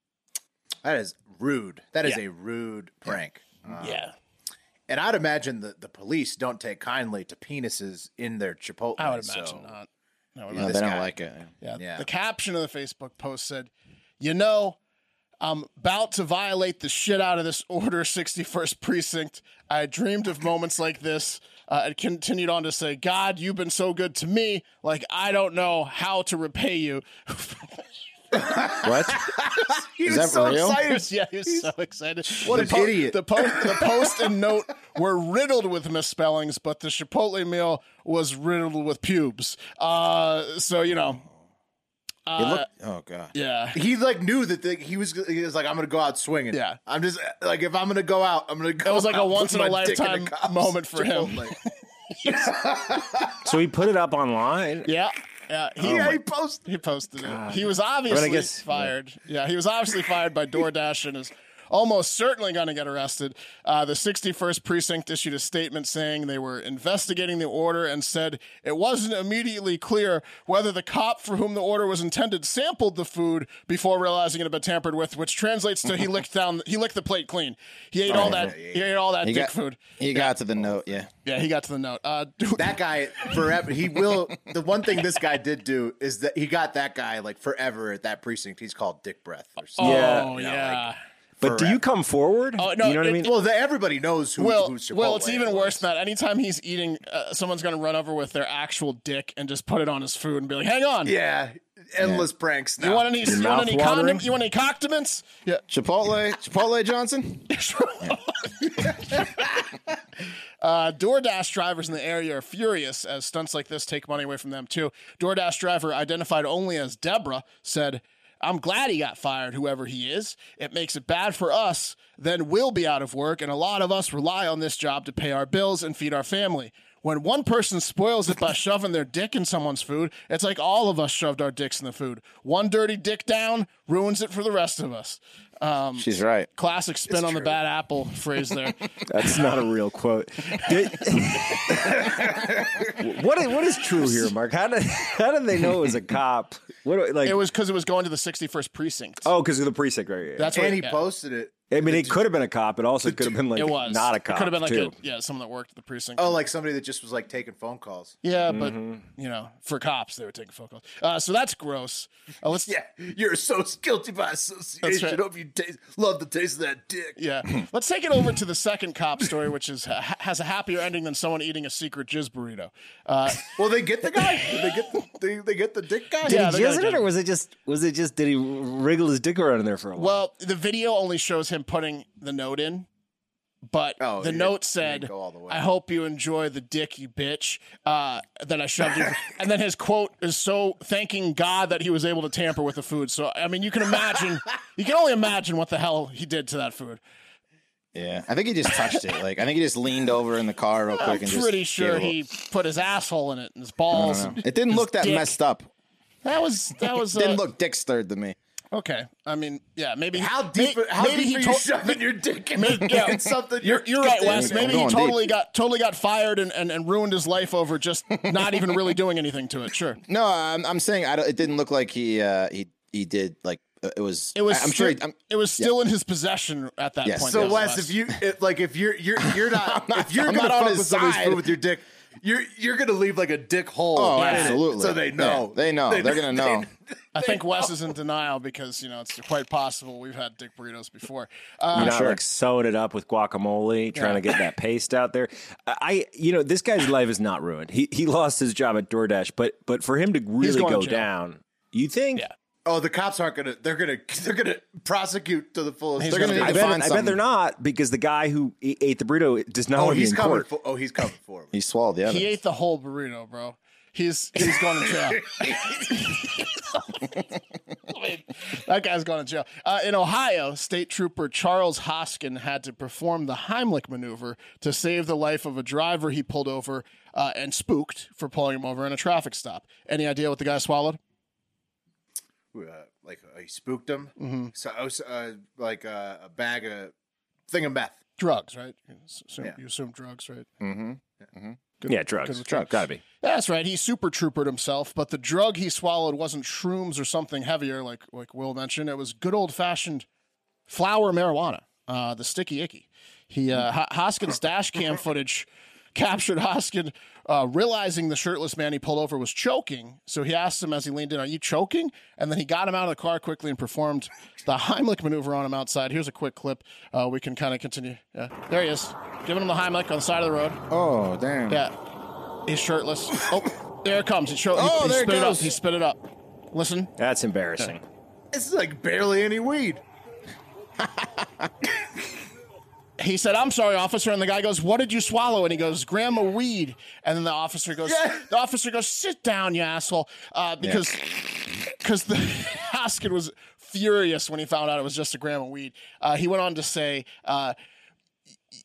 Speaker 1: That is rude. That is
Speaker 2: Yeah.
Speaker 1: a rude prank. Uh,
Speaker 2: yeah,
Speaker 1: And I'd imagine that the police don't take kindly to penises in their Chipotle.
Speaker 2: I would
Speaker 1: so-
Speaker 2: imagine not. I would
Speaker 4: No,
Speaker 1: this
Speaker 4: they don't
Speaker 1: guy.
Speaker 4: like it.
Speaker 2: Yeah.
Speaker 1: Yeah.
Speaker 2: The caption of the Facebook post said, "You know, I'm about to violate the shit out of this order, 61st precinct. I dreamed of moments like this." Uh, it continued on to say, "God, you've been so good to me. Like I don't know how to repay you."
Speaker 4: What?
Speaker 1: He was
Speaker 4: that
Speaker 1: so
Speaker 4: real?
Speaker 1: excited.
Speaker 2: yeah, he was so excited.
Speaker 1: What
Speaker 2: The
Speaker 1: an idiot.
Speaker 2: The, po- the post and note were riddled with misspellings, but the Chipotle meal was riddled with pubes. Uh, so you know,
Speaker 4: It looked- oh god.
Speaker 2: yeah.
Speaker 1: He like knew that the, he was. He was like, "I'm gonna go out swinging."
Speaker 2: Yeah.
Speaker 1: I'm just like, if I'm gonna go out, I'm gonna go.
Speaker 2: was like a
Speaker 1: out with
Speaker 2: once in a
Speaker 1: my dick the
Speaker 2: lifetime
Speaker 1: cops'
Speaker 2: moment for him.
Speaker 1: Chipotle.
Speaker 3: So he put it up online.
Speaker 2: Yeah, yeah. He,
Speaker 1: yeah, he posted.
Speaker 2: He posted it. He was obviously
Speaker 3: But I guess-
Speaker 2: fired. Yeah. he was obviously fired by DoorDash and is almost certainly going to get arrested. Uh, the 61st Precinct issued a statement saying they were investigating the order and said it wasn't immediately clear whether the cop for whom the order was intended sampled the food before realizing it had been tampered with, which translates to he licked down he licked the plate clean. He ate all that. He ate all that
Speaker 4: He
Speaker 2: dick
Speaker 4: got
Speaker 2: food.
Speaker 4: He got to the note. Yeah.
Speaker 2: Yeah, he got to the note. Uh,
Speaker 1: That guy forever. He will. The one thing this guy did do is that he got that guy like forever at that precinct. He's called Dick Breath. Or something.
Speaker 3: Yeah.
Speaker 2: oh yeah.
Speaker 3: But But do you come forward?
Speaker 2: Oh, no,
Speaker 3: you know what I
Speaker 2: it-
Speaker 3: mean?
Speaker 1: Well, the, everybody knows who,
Speaker 2: Well,
Speaker 1: who's
Speaker 2: well, it's
Speaker 1: Chipotle
Speaker 2: even
Speaker 1: was.
Speaker 2: worse than that. Anytime he's eating, uh, someone's going to run over with their actual dick and just put it on his food and be like, "Hang on,
Speaker 1: Yeah, endless pranks. Now.
Speaker 2: you want any? You
Speaker 3: mouth
Speaker 2: want any,
Speaker 3: watering?
Speaker 2: condom, you want any condiments? Yeah,
Speaker 4: Chipotle, Chipotle Johnson.
Speaker 2: Uh, DoorDash drivers in the area are furious as stunts like this take money away from them too. DoorDash driver identified only as Deborah said, "I'm glad he got fired, whoever he is. It makes it bad for us. Then we'll be out of work, and a lot of us rely on this job to pay our bills and feed our family." When one person spoils it by shoving their dick in someone's food, it's like all of us shoved our dicks in the food. One dirty dick down ruins it for the rest of us. Um,
Speaker 4: She's right.
Speaker 2: classic spin on the bad apple phrase there.
Speaker 3: That's not a real quote. Did- what is, what is true here, Mark? How did how did they know it was a cop? What do- like?
Speaker 2: It was because it was going to the 61st precinct.
Speaker 3: oh, because of the precinct, right? yeah.
Speaker 2: that's what
Speaker 1: And he
Speaker 2: yeah,
Speaker 1: posted it.
Speaker 3: I mean, it could have been a cop. It also could have been like
Speaker 2: It was
Speaker 3: not a cop.
Speaker 2: It could have been like
Speaker 3: too.
Speaker 2: a, yeah, someone that worked at the precinct.
Speaker 1: Oh, like somebody that just was like taking phone calls.
Speaker 2: yeah, but
Speaker 3: Mm-hmm.
Speaker 2: you know, for cops, they were taking phone calls. Uh, so that's gross. Uh, let's
Speaker 1: Yeah, you're so guilty by association.
Speaker 2: right.
Speaker 1: Hope you taste, love the taste of that dick.
Speaker 2: yeah, let's take it over to the second cop story, which is ha- has a happier ending than someone eating a secret jizz burrito. Uh,
Speaker 1: Well, they get the guy. Did they get the, they, they get the dick guy.
Speaker 2: Yeah,
Speaker 3: Did
Speaker 2: they gotta
Speaker 3: he jizz in
Speaker 2: get
Speaker 3: it, or
Speaker 2: him.
Speaker 3: was it just was it just did he wriggle his dick around in there for a while?
Speaker 2: well, the video only shows him putting the note in. But
Speaker 1: Oh,
Speaker 2: the
Speaker 1: he didn't- he
Speaker 2: note
Speaker 1: didn't
Speaker 2: said,
Speaker 1: go all the way.
Speaker 2: "I hope you enjoy the dick, you bitch." Uh, that I shoved you. and then his quote is so thanking God that he was able to tamper with the food. So I mean, you can imagine, you can only imagine what the hell he did to that food.
Speaker 4: Yeah, I think he just touched it. Like I think he just leaned over in the car real quick.
Speaker 2: I'm
Speaker 4: and just
Speaker 2: pretty
Speaker 4: gave
Speaker 2: sure
Speaker 4: it a-
Speaker 2: he put his asshole in it and his
Speaker 4: I don't
Speaker 2: balls.
Speaker 4: know.
Speaker 2: and
Speaker 4: It didn't
Speaker 2: his
Speaker 4: look that
Speaker 2: dick.
Speaker 4: messed up.
Speaker 2: That was that was uh,
Speaker 4: didn't look dick stirred to me.
Speaker 2: okay. I mean, yeah, maybe
Speaker 1: How deep?
Speaker 2: may-
Speaker 1: how deep are you
Speaker 2: told-
Speaker 1: shoving your dick in,
Speaker 2: Maybe- yeah.
Speaker 1: in something?
Speaker 2: You're, you're right, Wes.
Speaker 4: I'm
Speaker 2: Maybe he
Speaker 4: going
Speaker 2: totally got totally got fired and, and, and ruined his life over just not even really doing anything to it. Sure.
Speaker 4: No, I'm, I'm saying I don't, it didn't look like he uh, he he did like uh, it was.
Speaker 2: It was
Speaker 4: I, am
Speaker 2: still,
Speaker 4: sure. He, I'm,
Speaker 2: it was still in his possession at that
Speaker 4: Yes.
Speaker 2: point.
Speaker 1: So
Speaker 2: though,
Speaker 1: Wes, if you if, like, if you're you're you're not, if you're
Speaker 4: I'm
Speaker 1: gonna
Speaker 4: not on
Speaker 1: fuck
Speaker 4: his
Speaker 1: with somebody's
Speaker 4: side.
Speaker 1: food with your dick, you're you're gonna leave like a dick hole.
Speaker 4: oh,
Speaker 1: in it,
Speaker 4: absolutely.
Speaker 1: So they know.
Speaker 4: Yeah, they know. They, are gonna know.
Speaker 2: I think Wes is in denial because you know it's quite possible we've had dick burritos before. Uh,
Speaker 3: You're not like sewing it up with guacamole, trying to get that paste out there. I, you know, this guy's life is not ruined. He he lost his job at DoorDash, but but for him to really
Speaker 2: going to
Speaker 3: go
Speaker 2: jail.
Speaker 3: down, you think?
Speaker 2: Yeah.
Speaker 1: Oh, the cops aren't gonna. They're gonna. They're gonna prosecute to the fullest.
Speaker 4: They're gonna
Speaker 3: I
Speaker 4: need to
Speaker 3: bet,
Speaker 4: find
Speaker 3: I
Speaker 4: something.
Speaker 3: bet they're not because the guy who e- ate the burrito does not
Speaker 1: Oh,
Speaker 3: want to be
Speaker 1: he's
Speaker 3: in
Speaker 1: coming.
Speaker 3: court.
Speaker 1: For, oh, he's coming for
Speaker 4: He swallowed the other.
Speaker 2: he ate the whole burrito, bro. He's he's going to jail. that guy's going to jail. Uh, in Ohio, State Trooper Charles Hoskin had to perform the Heimlich maneuver to save the life of a driver he pulled over uh, and spooked for pulling him over in a traffic stop. Any idea what the guy swallowed?
Speaker 1: him. Uh, like uh, he spooked him.
Speaker 4: Mm-hmm.
Speaker 1: So I was uh, like uh, a bag of thing of meth.
Speaker 2: Drugs, right? You assume,
Speaker 1: Yeah.
Speaker 2: you assume drugs, right?
Speaker 3: yeah, drugs. drugs. Gotta be.
Speaker 2: That's right. He super troopered himself, but the drug he swallowed wasn't shrooms or something heavier, like like Will mentioned. It was good old fashioned flower marijuana, uh, the sticky icky. He uh, Ho- Hoskins dash cam footage captured Hoskin uh, realizing the shirtless man he pulled over was choking. So he asked him as he leaned in, "Are you choking?" And then he got him out of the car quickly and performed the Heimlich maneuver on him outside. Here's a quick clip. Uh, we can kind of continue. Yeah. There he is, giving him the Heimlich on the side of the road.
Speaker 4: Oh damn.
Speaker 2: Yeah. He's shirtless. Oh, there it comes. He, show, oh, he,
Speaker 4: there it
Speaker 2: spit it, up.
Speaker 4: goes.
Speaker 2: He spit it up. Listen.
Speaker 3: That's embarrassing.
Speaker 1: This is like barely any weed.
Speaker 2: He said, I'm sorry, officer. And the guy goes, What did you swallow? And he goes, Grandma weed. And then the officer goes,
Speaker 1: Yeah.
Speaker 2: The officer goes, Sit down, you asshole. Uh, because because the Hoskin was furious when he found out it was just a gram of weed. Uh, he went on to say, uh,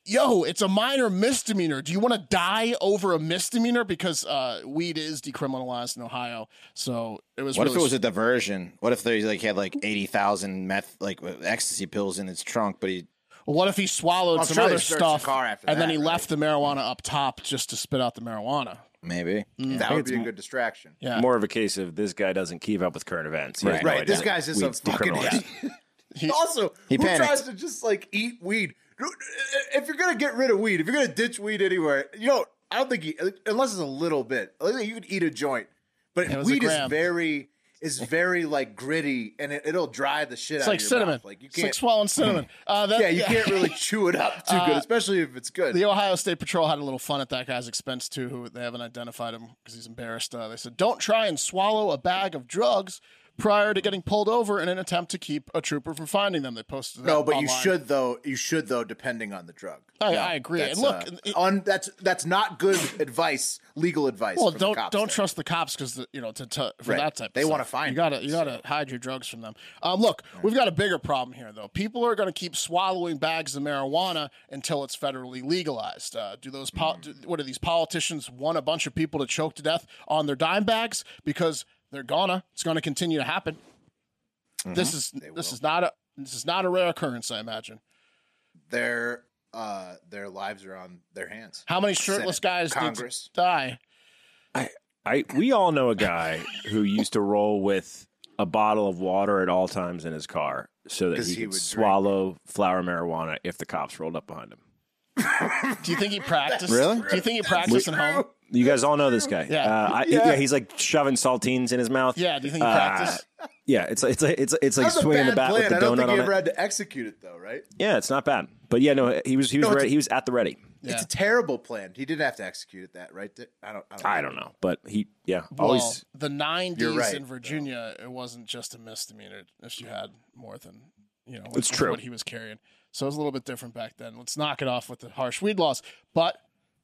Speaker 2: Yo, it's a minor misdemeanor. Do you want to die over a misdemeanor? Because uh, weed is decriminalized in Ohio. So it was
Speaker 4: What
Speaker 2: really
Speaker 4: if it was a diversion? What if they like had like eighty thousand meth like ecstasy pills in his trunk, but he
Speaker 2: What if he swallowed
Speaker 1: I'm
Speaker 2: some
Speaker 1: sure they
Speaker 2: other
Speaker 1: searched the
Speaker 2: stuff
Speaker 1: car after
Speaker 2: and then
Speaker 1: that,
Speaker 2: he
Speaker 1: right?
Speaker 2: left the marijuana up top just to spit out the marijuana?
Speaker 4: maybe
Speaker 1: that would be a good distraction.
Speaker 2: Mm. Yeah.
Speaker 3: More of a case of this guy doesn't keep up with current events. He has
Speaker 4: Right.
Speaker 3: no
Speaker 1: Right.
Speaker 3: idea
Speaker 1: This guy's just a
Speaker 3: weed's
Speaker 1: fucking.
Speaker 3: decriminalized.
Speaker 1: also,
Speaker 4: He
Speaker 1: who
Speaker 4: panicked.
Speaker 1: tries to just like eat weed? If you're gonna get rid of weed, if you're gonna ditch weed anywhere, you know, I don't think you, unless it's a little bit. Unless You could eat a joint, but
Speaker 2: It was a
Speaker 1: weed is
Speaker 2: gram.
Speaker 1: very. is very like gritty and it, it'll dry the shit
Speaker 2: It's
Speaker 1: out
Speaker 2: like
Speaker 1: of your
Speaker 2: cinnamon.
Speaker 1: mouth. Like you
Speaker 2: it's like
Speaker 1: can't,
Speaker 2: swallowing cinnamon. Uh, that,
Speaker 1: yeah, you can't really chew it up too good,
Speaker 2: Uh,
Speaker 1: especially if it's good.
Speaker 2: The Ohio State Patrol had a little fun at that guy's expense too, who they haven't identified him because he's embarrassed. Uh, they said, "Don't try and swallow a bag of drugs prior to getting pulled over in an attempt to keep a trooper from finding them." They posted. that
Speaker 1: no, but you
Speaker 2: online.
Speaker 1: should though. You should though, depending on the drug.
Speaker 2: I,
Speaker 1: Yeah,
Speaker 2: I agree.
Speaker 1: that's,
Speaker 2: And look,
Speaker 1: uh,
Speaker 2: it-
Speaker 1: on that's that's not good advice, legal advice.
Speaker 2: well,
Speaker 1: from the
Speaker 2: don't
Speaker 1: cops
Speaker 2: don't
Speaker 1: there.
Speaker 2: trust the cops because you know to, to for
Speaker 1: Right.
Speaker 2: that type.
Speaker 1: They
Speaker 2: of
Speaker 1: wanna
Speaker 2: stuff.
Speaker 1: find
Speaker 2: you. Gotta
Speaker 1: them,
Speaker 2: you gotta hide your drugs from them. Um, look, we've got a bigger problem here though. People are going to keep swallowing bags of marijuana until it's federally legalized. Uh, do those pol-
Speaker 1: Hmm.
Speaker 2: do, what do these politicians want a bunch of people to choke to death on their dime bags because they're gonna it's going to continue to happen.
Speaker 1: Mm-hmm.
Speaker 2: This is this is not a this is not a rare occurrence, I imagine.
Speaker 1: their uh their lives are on their hands.
Speaker 2: How many shirtless
Speaker 1: Senate,
Speaker 2: guys did
Speaker 1: Congress.
Speaker 2: die?
Speaker 3: I we all know a guy who used to roll with a bottle of water at all times in his car so that
Speaker 1: 'Cause
Speaker 3: he,
Speaker 1: he
Speaker 3: could
Speaker 1: would drink.
Speaker 3: swallow flower marijuana if the cops rolled up behind him.
Speaker 2: Do you think he practiced?
Speaker 4: Really?
Speaker 2: Do you think he practiced at home?
Speaker 3: You guys all know this guy.
Speaker 2: Yeah.
Speaker 3: uh, I, yeah. he's like shoving saltines in his mouth.
Speaker 2: Yeah. Do you think he
Speaker 3: Uh,
Speaker 2: practiced?
Speaker 3: yeah. It's like- it's like it's it's like
Speaker 1: That's a
Speaker 3: swinging the
Speaker 1: bad
Speaker 3: bat with
Speaker 1: plan.
Speaker 3: the
Speaker 1: I don't
Speaker 3: donut
Speaker 1: think
Speaker 3: on
Speaker 1: he
Speaker 3: it.
Speaker 1: ever had to execute it though, right?
Speaker 3: Yeah, it's not bad. But yeah, no, he was he was
Speaker 1: No, it's-
Speaker 3: ready. He was at the ready.
Speaker 2: Yeah.
Speaker 1: It's a terrible plan. He didn't have to execute it that, right? I don't. I don't,
Speaker 3: I don't know, but he yeah always.
Speaker 2: well, the 90s
Speaker 1: You're right,
Speaker 2: in Virginia, it wasn't just a misdemeanor if you had more than, you know,
Speaker 3: It's
Speaker 2: what-
Speaker 3: true.
Speaker 2: what he was carrying. So it was a little bit different back then. Let's knock it off with the harsh weed laws. But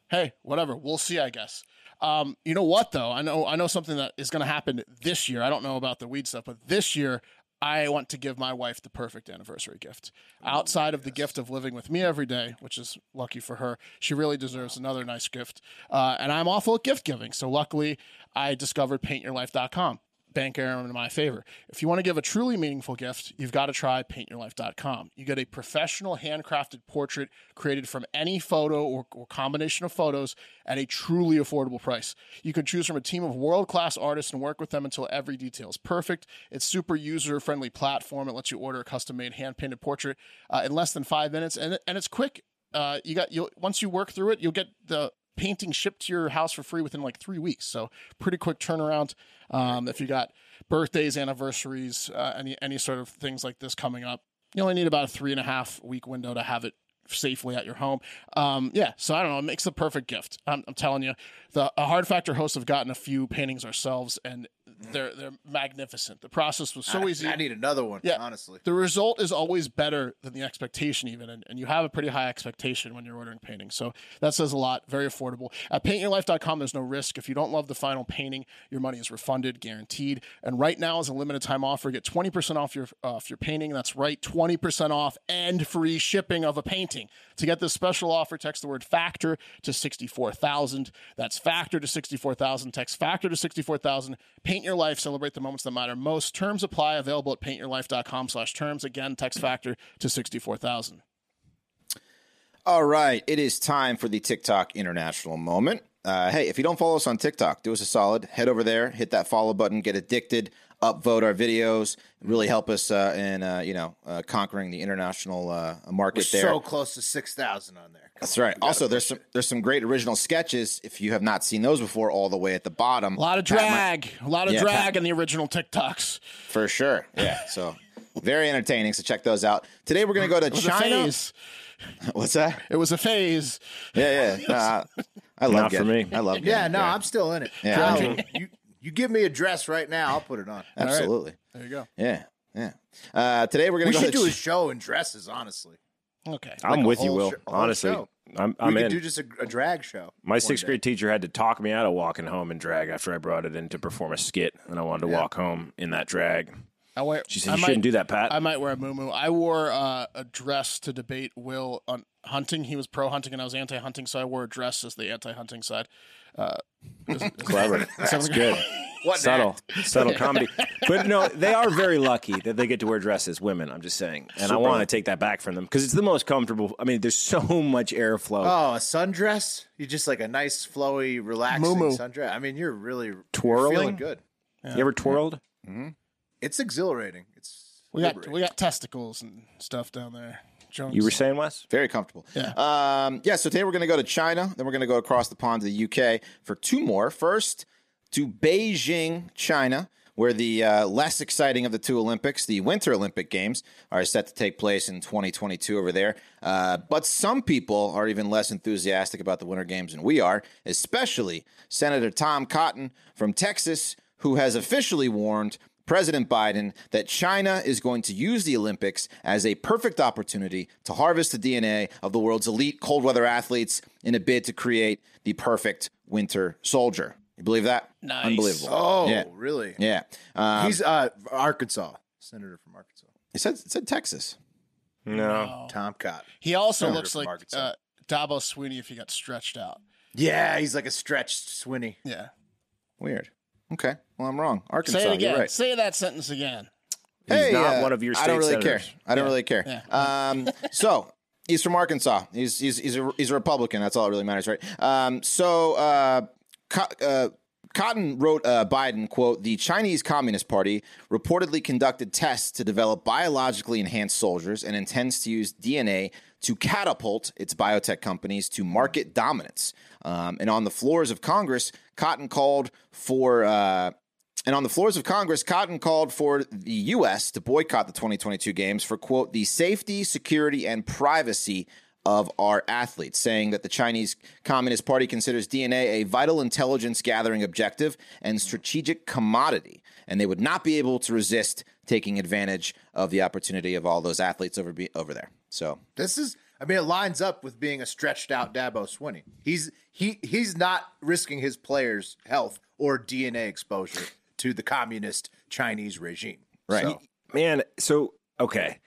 Speaker 2: hey, whatever. We'll see, I guess. Um, you know what though? I know I know something that is going to happen this year. I don't know about the weed stuff, but this year I want to give my wife the perfect anniversary gift. Outside of the gift of living with me every day, which is lucky for her, she really deserves another nice gift. Uh, and I'm awful at gift giving, so luckily I discovered PaintYourLife.com. Bank error in my favor. If you want to give a truly meaningful gift, you've got to try paintyourlife.com. You get a professional handcrafted portrait created from any photo or, or combination of photos at a truly affordable price. You can choose from a team of world class artists and work with them until every detail is perfect. It's super user friendly platform. It lets you order a custom made hand painted portrait uh, in less than five minutes, and and it's quick. Uh, you got you'll once you work through it, you'll get the painting shipped to your house for free within like three weeks. So pretty quick turnaround. Um, if you got birthdays, anniversaries, uh, any any sort of things like this coming up, you only need about a three and a half week window to have it safely at your home. Um, yeah, so I don't know. It makes the perfect gift. I'm, I'm telling you, the a hard factor hosts have gotten a few paintings ourselves, and they're they're magnificent. The process was so
Speaker 1: I,
Speaker 2: easy.
Speaker 1: I need another one.
Speaker 2: Yeah.
Speaker 1: honestly.
Speaker 2: the result is always better than the expectation, even, and, and you have a pretty high expectation when you're ordering paintings. So that says a lot. Very affordable. At paintyourlife.com, there's no risk. If you don't love the final painting, your money is refunded, guaranteed. And right now is a limited time offer. Get 20% off your off your painting. That's right, 20% off and free shipping of a painting. To get this special offer, text the word factor to 64,000. That's factor to 64,000. Text factor to 64,000. Paint your life. Celebrate the moments that matter most. Terms apply. Available at paintyourlife.com slash terms. Again, text factor to 64,000.
Speaker 4: All right, it is time for the TikTok international moment. Uh, hey, if you don't follow us on TikTok, do us a solid. Head over there, hit that follow button, get addicted, upvote our videos, really help us uh, in uh, you know uh, conquering the international uh,
Speaker 1: We're
Speaker 4: market there.
Speaker 1: so close to six thousand on there.
Speaker 4: That's right. Also, there's some there's some great original sketches. If you have not seen those before, all the way at the bottom.
Speaker 2: A lot of drag. A lot of
Speaker 4: Yeah,
Speaker 2: drag
Speaker 4: Pat-
Speaker 2: in the original TikToks.
Speaker 4: for sure. Yeah. So very entertaining. So check those out. Uh, Today we're gonna go to
Speaker 2: It was a
Speaker 4: China.
Speaker 2: phase.
Speaker 4: What's that?
Speaker 2: It was a phase.
Speaker 4: Yeah, yeah. Uh, I love
Speaker 3: Not for
Speaker 4: getting-
Speaker 3: me.
Speaker 4: I love.
Speaker 1: Yeah,
Speaker 4: getting
Speaker 1: no,
Speaker 4: drag.
Speaker 1: I'm still in it.
Speaker 4: Yeah,
Speaker 1: Now,
Speaker 4: I'm
Speaker 1: you you give me a dress right now, I'll put it on.
Speaker 4: absolutely.
Speaker 2: There you go.
Speaker 4: Yeah, yeah. Uh, today we're gonna
Speaker 1: We
Speaker 4: go
Speaker 1: should
Speaker 4: to
Speaker 1: do a show in dresses. Honestly,
Speaker 2: Okay.
Speaker 3: I'm
Speaker 1: a
Speaker 3: with you,
Speaker 1: whole
Speaker 3: Will.
Speaker 1: sh- a whole
Speaker 3: Honestly,
Speaker 1: show.
Speaker 3: I'm
Speaker 1: we
Speaker 3: I'm
Speaker 1: could
Speaker 3: in.
Speaker 1: do just a, a drag show.
Speaker 3: My
Speaker 1: one
Speaker 3: sixth
Speaker 1: day.
Speaker 3: grade teacher had to talk me out of walking home in drag after I brought it in to perform a skit, and I wanted to walk home in that drag.
Speaker 2: I wear,
Speaker 3: She said,
Speaker 2: I
Speaker 3: "You
Speaker 2: might-
Speaker 3: shouldn't do that, Pat."
Speaker 2: I might wear a muumuu. I wore uh, a dress to debate Will on hunting. He was pro hunting and I was anti hunting, so I wore a dress as the anti hunting side. Uh, is- is-
Speaker 3: Clever. That's good.
Speaker 1: What
Speaker 3: Subtle, subtle comedy. But no, they are very lucky that they get to wear dresses, women. I'm just saying, and I want to take that back from them because it's the most comfortable. I mean, there's so much airflow.
Speaker 1: Oh, a sundress? You just like a nice, flowy, relaxing
Speaker 2: Muumuu.
Speaker 1: sundress. I mean, you're really you're
Speaker 3: Twirling?
Speaker 1: feeling good.
Speaker 3: You ever twirled?
Speaker 1: It's exhilarating. It's
Speaker 2: we got
Speaker 1: liberating.
Speaker 2: we got testicles and stuff down there. Jones.
Speaker 3: You were saying, Wes?
Speaker 4: very comfortable.
Speaker 2: Yeah.
Speaker 4: Um, yeah. So today we're gonna go to China. Then we're gonna go across the pond to the UK for two more. First to Beijing, China, where the uh, less exciting of the two Olympics, the Winter Olympic Games, are set to take place in 2022 over there. Uh, but some people are even less enthusiastic about the Winter Games than we are, especially Senator Tom Cotton from Texas, who has officially warned President Biden that China is going to use the Olympics as a perfect opportunity to harvest the DNA of the world's elite cold weather athletes in a bid to create the perfect winter soldier. You believe that?
Speaker 2: Nice.
Speaker 4: Unbelievable.
Speaker 1: Oh,
Speaker 4: Yeah.
Speaker 1: really?
Speaker 4: Yeah. Um,
Speaker 1: He's uh Arkansas senator from Arkansas.
Speaker 4: it said, it said Texas.
Speaker 3: No.
Speaker 1: Tom Cotton.
Speaker 2: He also
Speaker 1: Senator
Speaker 2: looks
Speaker 1: from
Speaker 2: like
Speaker 1: Arkansas.
Speaker 2: uh, Dabo Sweeney if he got stretched out.
Speaker 1: Yeah, he's like a stretched Swinney.
Speaker 2: Yeah.
Speaker 4: Weird. Okay. Well, I'm wrong. Arkansas.
Speaker 2: Say it
Speaker 4: You're
Speaker 2: again.
Speaker 4: right.
Speaker 2: Say that sentence again.
Speaker 3: He's not one of your
Speaker 4: uh, I don't
Speaker 3: state
Speaker 4: really
Speaker 3: senators.
Speaker 4: care. I don't really care. Um, so he's from Arkansas. He's he's he's a, he's a Republican. That's all that really matters, right? Um, so uh, Co- uh, Cotton wrote uh, Biden quote: "The Chinese Communist Party reportedly conducted tests to develop biologically enhanced soldiers and intends to use DNA." To catapult its biotech companies to market dominance. Um, and on the floors of Congress, Cotton called for uh, and on the floors of Congress, Cotton called for the U.S. to boycott the 2022 games for, quote, the safety, security, and privacy of our athletes, saying that the Chinese Communist Party considers DNA a vital intelligence gathering objective and strategic commodity. And they would not be able to resist taking advantage of the opportunity of all those athletes over, be, over there. So,
Speaker 1: This is I mean, it lines up with being a stretched out Dabo Swinney. He's he he's not risking his players' health or DNA exposure to the communist Chinese regime.
Speaker 4: right.
Speaker 1: So,
Speaker 3: man so okay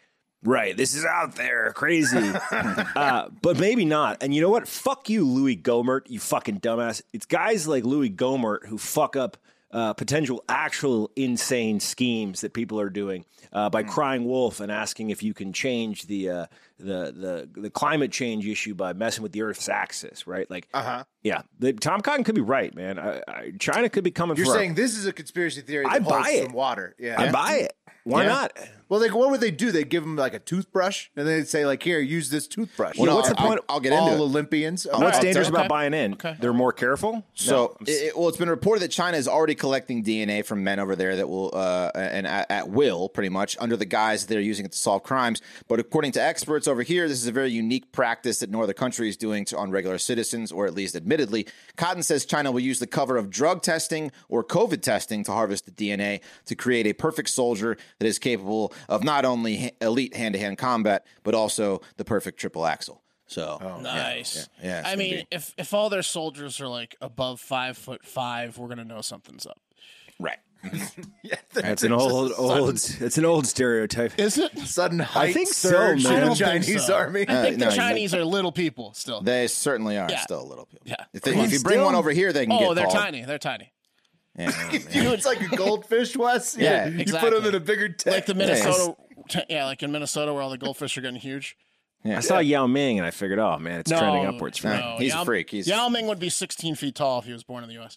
Speaker 3: right this is out there crazy uh, but maybe not and you know what fuck you louis gomert you fucking dumbass it's guys like louis gomert who fuck up uh, potential actual insane schemes that people are doing uh,
Speaker 1: Hmm.
Speaker 3: by crying wolf and asking if you can change the uh, the the the climate change issue by messing with the Earth's axis, right? Like, uh
Speaker 1: Uh-huh.
Speaker 3: huh. Yeah, The- Tom Cotton could be right, man. I, I, China could be coming.
Speaker 1: you're
Speaker 3: for our-
Speaker 1: saying this is a conspiracy theory that
Speaker 3: I
Speaker 1: holds
Speaker 3: buy it.
Speaker 1: some water. Yeah.
Speaker 3: I buy it. Why
Speaker 4: Yeah.
Speaker 3: not?
Speaker 1: well, like what would they do? They'd give him like a toothbrush and they'd say, like, here, use this toothbrush.
Speaker 4: Well,
Speaker 3: Yeah, what's
Speaker 4: I'll-
Speaker 3: the point-
Speaker 4: I'll, I'll get
Speaker 1: all
Speaker 4: into it.
Speaker 1: Olympians.
Speaker 3: What's
Speaker 4: I'll-
Speaker 3: dangerous
Speaker 2: okay.
Speaker 3: about buying in?
Speaker 2: Okay.
Speaker 3: They're more careful.
Speaker 4: So, it, it- well, it's been reported that China is already collecting DNA from men over there that will, uh, and at, at will, pretty much, under the guise that they're using it to solve crimes. But according to experts over here, this is a very unique practice that no other country is doing to, on regular citizens, or at least admittedly. Cotton says China will use the cover of drug testing or COVID testing to harvest the DNA to create a perfect soldier that is capable of not only ha- elite hand to hand combat, but also the perfect triple axle. So,
Speaker 2: Oh, Nice.
Speaker 4: yeah, yeah, it's
Speaker 2: I
Speaker 4: gonna
Speaker 2: mean,
Speaker 4: be-
Speaker 2: if if all their soldiers are like above five foot five, we're gonna know something's up.
Speaker 4: right.
Speaker 3: That's an old, old. It's an old stereotype.
Speaker 2: Is it?
Speaker 1: sudden height
Speaker 3: think so,
Speaker 1: surge
Speaker 3: man. I
Speaker 1: in the
Speaker 3: don't
Speaker 2: think
Speaker 1: Chinese
Speaker 2: so. Uh,
Speaker 1: army.
Speaker 2: I think
Speaker 4: no,
Speaker 2: the
Speaker 4: you-
Speaker 2: Chinese are little people still.
Speaker 4: They certainly are
Speaker 2: Yeah.
Speaker 4: still a little people.
Speaker 2: Yeah.
Speaker 4: If, they,
Speaker 3: Come
Speaker 4: if
Speaker 3: on,
Speaker 4: you bring
Speaker 3: still-
Speaker 4: one over here, they can
Speaker 2: oh,
Speaker 4: get
Speaker 2: they're
Speaker 4: called.
Speaker 2: tiny. They're tiny.
Speaker 4: Yeah, yeah, yeah.
Speaker 1: Dude, it's like a goldfish, Wes.
Speaker 4: Yeah,
Speaker 1: you,
Speaker 2: exactly.
Speaker 1: you put them in a bigger tank.
Speaker 2: Like the Minnesota. Yeah, like in Minnesota where all the goldfish are getting huge.
Speaker 3: I saw Yao Ming and I figured, oh man, it's trending upwards.
Speaker 4: No,
Speaker 3: Right?
Speaker 4: he's
Speaker 2: Yao,
Speaker 4: a freak. He's-
Speaker 2: Yao Ming would be 16 feet tall if he was born in the U.S.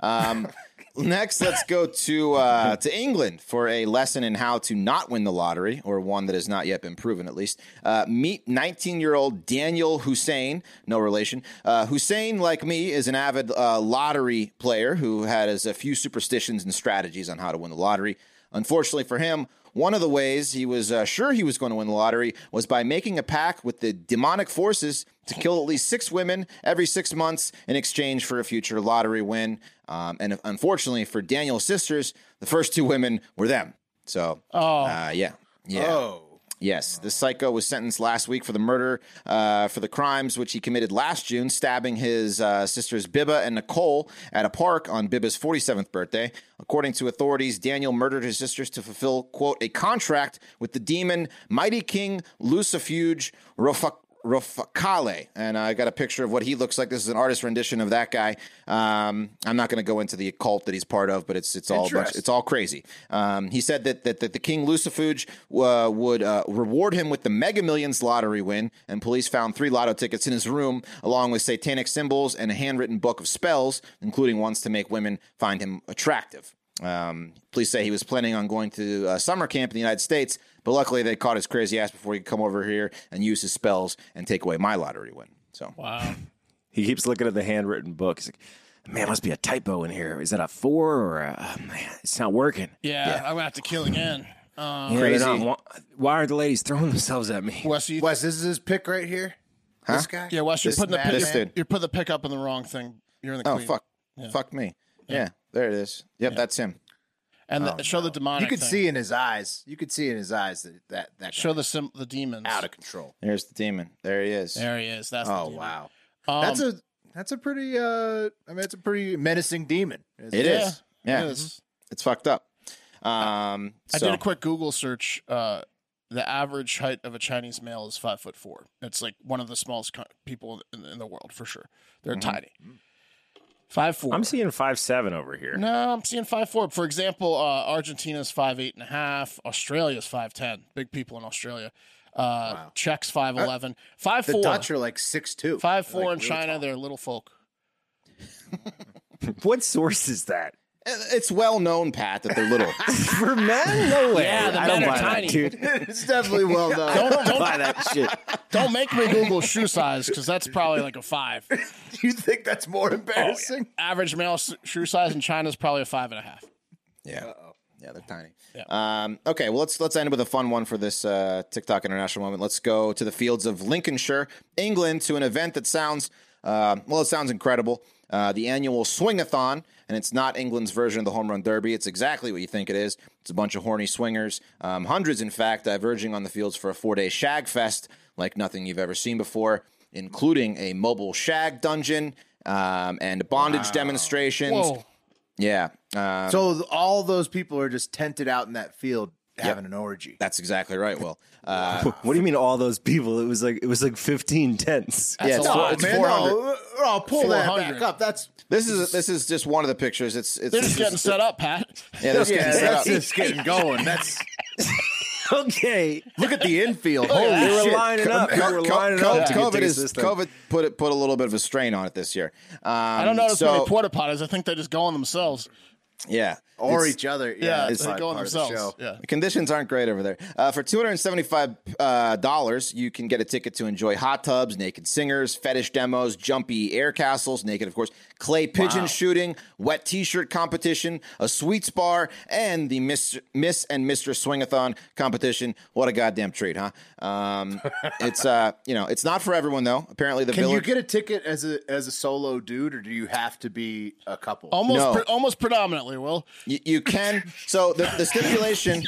Speaker 4: Um, next, let's go to uh, to England for a lesson in how to not win the lottery, or one that has not yet been proven, at least. Uh, meet 19 year old Daniel Hussein, no relation. Uh, Hussein, like me, is an avid uh, lottery player who has a few superstitions and strategies on how to win the lottery. Unfortunately for him, one of the ways he was uh, sure he was going to win the lottery was by making a pact with the demonic forces to kill at least six women every six months in exchange for a future lottery win. Um, and unfortunately for Daniel's sisters, the first two women were them. So,
Speaker 2: Oh.
Speaker 4: uh, yeah, yeah.
Speaker 1: Oh.
Speaker 4: Yes, the psycho was sentenced last week for the murder uh, for the crimes which he committed last June, stabbing his uh, sisters Biba and Nicole at a park on Biba's 47th birthday. According to authorities, Daniel murdered his sisters to fulfill quote a contract with the demon Mighty King Lucifuge Rofa- Rofakale. And I got a picture of what he looks like. This is an artist rendition of that guy. Um, I'm not going to go into the occult that he's part of, but it's it's all a bunch,
Speaker 1: Interesting.
Speaker 4: it's all crazy. Um, he said that that, that the King Lucifuge uh, would uh, reward him with the Mega Millions lottery win, and police found three lotto tickets in his room, along with satanic symbols and a handwritten book of spells, including ones to make women find him attractive. Um, police say he was planning on going to uh, summer camp in the United States, but luckily they caught his crazy ass before he could come over here and use his spells and take away my lottery win. So
Speaker 2: Wow.
Speaker 3: He keeps looking at the handwritten book. He's like, man, must be a typo in here. Is that a four or a, oh, man, it's not working.
Speaker 2: Yeah, I'm gonna have to kill again. Um,
Speaker 3: Yeah, they're
Speaker 4: Crazy.
Speaker 3: not wa- why aren't the ladies throwing themselves at me?
Speaker 2: Wes, you,
Speaker 1: Wes, this is his pick right here. This guy.
Speaker 2: yeah, Wes, you're
Speaker 4: This
Speaker 2: putting the
Speaker 1: mad
Speaker 2: pick,
Speaker 4: this
Speaker 2: you're,
Speaker 4: dude.
Speaker 2: you're putting the pick up in the wrong thing. You're in the
Speaker 4: Oh
Speaker 2: clean.
Speaker 4: fuck, fuck me. Yeah. there it is. Yep, that's him.
Speaker 2: and the, show the demonic.
Speaker 1: You could
Speaker 2: thing.
Speaker 1: see in his eyes. You could see in his eyes that that that guy
Speaker 2: Show the sim- the demons.
Speaker 1: is out of control.
Speaker 4: There's the demon. There he is.
Speaker 2: There he is. That's
Speaker 1: Oh
Speaker 2: the demon.
Speaker 1: wow,
Speaker 2: Um,
Speaker 1: that's a that's a pretty uh, I mean, it's a pretty menacing demon.
Speaker 4: It
Speaker 2: yeah,
Speaker 4: is. Yeah,
Speaker 2: it is.
Speaker 4: it's fucked up. Um,
Speaker 2: I
Speaker 4: so-
Speaker 2: did a quick Google search. Uh, the average height of a Chinese male is five foot four. It's like one of the smallest co- people in, in the world for sure. They're tiny. Five four.
Speaker 3: I'm seeing five seven over here.
Speaker 2: No, I'm seeing five four. For example, uh, Argentina's five eight and a half. Australia's five ten. Big people in Australia. Uh, Czechs five eleven. Five
Speaker 1: The
Speaker 2: four.
Speaker 1: Dutch are like six two.
Speaker 2: Five four in China. They're little folk.
Speaker 3: What source is that?
Speaker 4: it's well known, Pat, that they're little.
Speaker 3: For men? No way.
Speaker 2: Yeah, the
Speaker 3: I don't
Speaker 2: men are
Speaker 3: buy
Speaker 2: tiny.
Speaker 3: that, dude.
Speaker 1: it's definitely well known.
Speaker 3: I don't buy that shit.
Speaker 2: Don't make me Google shoe size because that's probably like a five.
Speaker 1: you think that's more embarrassing?
Speaker 2: Average male s- shoe size in China is probably a five and a half.
Speaker 4: yeah, yeah, they're tiny. Um, okay, well let's let's end with a fun one for this uh, TikTok international moment. Let's go to the fields of Lincolnshire, England, to an event that sounds uh, well. It sounds incredible. Uh, the annual Swingathon, and it's not England's version of the Home Run Derby. It's exactly what you think it is. It's a bunch of horny swingers, um, hundreds in fact, diverging on the fields for a four-day shag fest like nothing you've ever seen before, including a mobile shag dungeon um, and bondage demonstrations.
Speaker 2: Whoa.
Speaker 4: Yeah, um,
Speaker 1: So th- all those people are just tented out in that field having an orgy.
Speaker 4: that's exactly right. Will. Uh,
Speaker 3: What do you mean all those people? It was like it was like 15 tents.
Speaker 4: yeah,
Speaker 2: a
Speaker 4: it's,
Speaker 2: lot,
Speaker 4: four, it's
Speaker 1: Oh, Man,
Speaker 4: 400.
Speaker 1: no, I'll pull that
Speaker 2: 400.
Speaker 1: back up. That's
Speaker 4: This is this is just one of the pictures. It's it's
Speaker 2: They're just getting set up, Pat.
Speaker 4: yeah, they're just
Speaker 1: yeah,
Speaker 4: getting set
Speaker 1: that's
Speaker 4: up.
Speaker 1: just getting going. That's
Speaker 3: Okay.
Speaker 1: look at the infield.
Speaker 3: They
Speaker 2: Oh,
Speaker 1: Holy
Speaker 3: were
Speaker 1: shit!
Speaker 3: lining up. They
Speaker 4: Co-
Speaker 3: were
Speaker 4: co-
Speaker 3: lining
Speaker 4: co-
Speaker 3: up. to get
Speaker 4: COVID
Speaker 3: tickets
Speaker 4: is
Speaker 3: this thing.
Speaker 4: COVID put it put a little bit of a strain on it this year. Um,
Speaker 2: I don't notice many
Speaker 4: So
Speaker 2: porta potties. I think they just go on themselves.
Speaker 4: yeah,
Speaker 1: or
Speaker 4: It's-
Speaker 1: each other. Yeah,
Speaker 2: Yeah,
Speaker 1: it's
Speaker 2: they
Speaker 1: like
Speaker 2: go on
Speaker 1: part of the
Speaker 2: themselves.
Speaker 1: show.
Speaker 2: Yeah.
Speaker 4: The conditions aren't great over there. Uh, for two hundred and seventy-five uh, dollars, you can get a ticket to enjoy hot tubs, naked singers, fetish demos, jumpy air castles, naked, of course, clay pigeon shooting, wet T-shirt competition, a sweets bar, and the Miss Miss and Mister Swingathon competition. What a goddamn treat, huh? Um, it's uh, you know, it's not for everyone though. Apparently, the
Speaker 1: Can you
Speaker 4: village.
Speaker 1: get a ticket as a as a solo dude, or do you have to be a couple?
Speaker 2: Almost,
Speaker 4: No.
Speaker 2: pre- almost predominantly. Will
Speaker 4: You, you can. So the, the stipulation,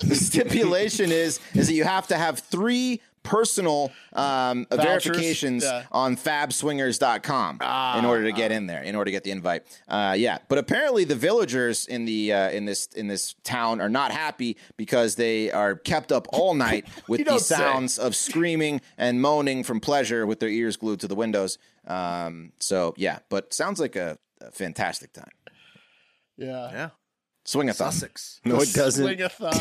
Speaker 4: the stipulation is is that you have to have three personal um, verifications
Speaker 2: yeah.
Speaker 4: on fabswingers.com in order to get in there in order to get the invite uh, yeah but apparently the villagers in the uh, in this in this town are not happy because they are kept up all night with the
Speaker 1: don't say.
Speaker 4: sounds of screaming and moaning from pleasure with their ears glued to the windows um, so yeah but sounds like a, a fantastic time
Speaker 2: yeah.
Speaker 1: yeah,
Speaker 4: swing a thumb
Speaker 1: Sussex.
Speaker 3: No, it doesn't.
Speaker 2: Swingathon.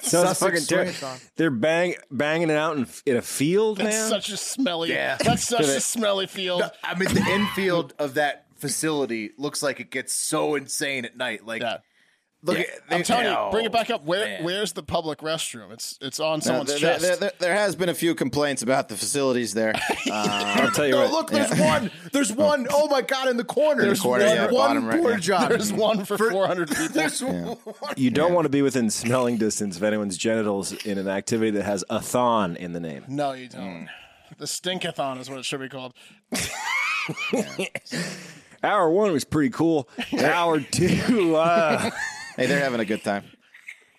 Speaker 3: Sounds fucking
Speaker 1: Sussex
Speaker 3: terrible.
Speaker 1: Swingathon.
Speaker 3: They're bang banging it out in, in a field,
Speaker 2: That's
Speaker 3: man.
Speaker 2: such a smelly.
Speaker 1: Yeah.
Speaker 2: That's such a smelly field.
Speaker 1: I mean, the infield of that facility looks like it gets so insane at night. Like,
Speaker 2: Yeah.
Speaker 1: look, at,
Speaker 2: I'm
Speaker 1: they-
Speaker 2: telling you, bring it back up. Where
Speaker 1: man.
Speaker 2: where's the public restroom? It's it's on
Speaker 4: No,
Speaker 2: someone's
Speaker 4: there,
Speaker 2: chest.
Speaker 4: There, there, there has been a few complaints about the facilities there. Uh,
Speaker 3: I'll tell you
Speaker 1: Oh,
Speaker 3: what.
Speaker 1: look, there's one. There's one. Oh my god, in the corner.
Speaker 4: the corner,
Speaker 1: one,
Speaker 4: yeah,
Speaker 1: one
Speaker 4: bottom right,
Speaker 1: poor
Speaker 4: yeah.
Speaker 1: job.
Speaker 2: There's one for,
Speaker 1: For-
Speaker 2: 400 people.
Speaker 1: There's one.
Speaker 3: You don't want to be within smelling distance of anyone's genitals in an activity that has a thon in the name.
Speaker 2: No, you
Speaker 1: Mm.
Speaker 2: don't. The stinkathon is what it should be called.
Speaker 3: Hour one was pretty cool. Hour two, uh,
Speaker 4: hey, they're having a good time.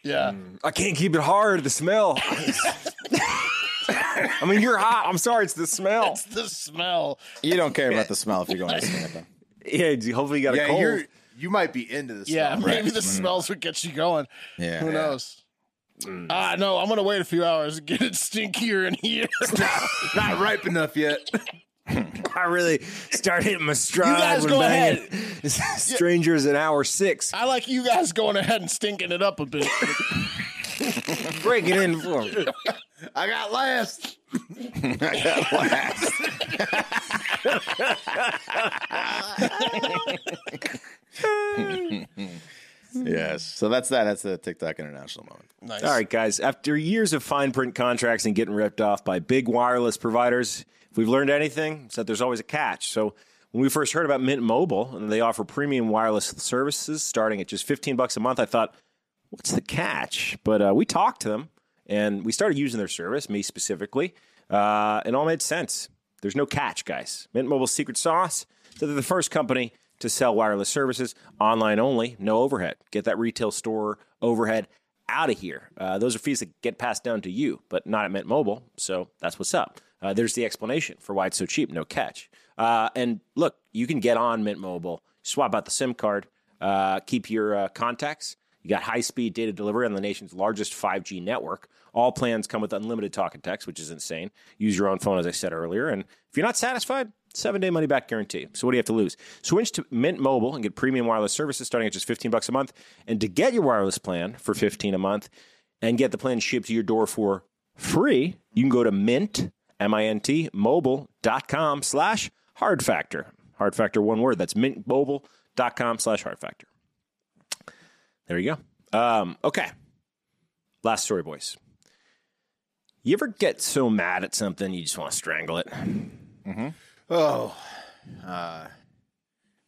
Speaker 2: Yeah.
Speaker 1: Mm.
Speaker 3: I can't keep it hard. The smell. I mean, you're hot. I'm sorry. It's the smell.
Speaker 2: It's the smell.
Speaker 4: You don't care about the smell if you're going to swing at them.
Speaker 3: yeah. Hopefully, you got a
Speaker 1: Yeah,
Speaker 3: cold.
Speaker 1: you're you might be into this.
Speaker 2: Yeah,
Speaker 1: stuff.
Speaker 2: maybe the smells would get you going.
Speaker 4: Yeah.
Speaker 2: Who
Speaker 4: Yeah.
Speaker 2: knows?
Speaker 1: Mm.
Speaker 2: Ah, no, I'm going to wait a few hours and get it stinkier in here.
Speaker 1: not ripe enough yet.
Speaker 3: I really start hitting my stride.
Speaker 2: guys
Speaker 3: when
Speaker 2: go
Speaker 3: banging Strangers in hour six.
Speaker 2: I like you guys going ahead and stinking it up a bit.
Speaker 3: Break it in for 'em.
Speaker 1: I got last.
Speaker 4: Yes. So that's that. That's the TikTok international moment.
Speaker 2: nice.
Speaker 3: All right, guys. After years of fine print contracts and getting ripped off by big wireless providers, if we've learned anything, it's that there's always a catch. So when we first heard about Mint Mobile and they offer premium wireless services starting at just 15 bucks a month, I thought, what's the catch? But uh, we talked to them and we started using their service, me specifically, uh, and all made sense. There's no catch, guys. Mint Mobile's secret sauce is that they're the first company to sell wireless services online only, no overhead. Get that retail store overhead out of here. Uh, those are fees that get passed down to you, but not at Mint Mobile. So that's what's up. Uh, there's the explanation for why it's so cheap, no catch. Uh, and look, you can get on Mint Mobile, swap out the SIM card, uh, keep your uh, contacts. You got high speed data delivery on the nation's largest 5G network. All plans come with unlimited talk and text, which is insane. Use your own phone, as I said earlier. And if you're not satisfied, seven day money back guarantee. So what do you have to lose? Switch to Mint Mobile and get premium wireless services starting at just 15 bucks a month. And to get your wireless plan for 15 a month and get the plan shipped to your door for free, you can go to mint, M-I-N-T, mobile.com slash hard factor. Hard factor, one word. That's mintmobile.com slash hard factor. There you go. Um, okay. Last story, boys. You ever get so mad at something you just want to strangle it?
Speaker 1: Oh, uh,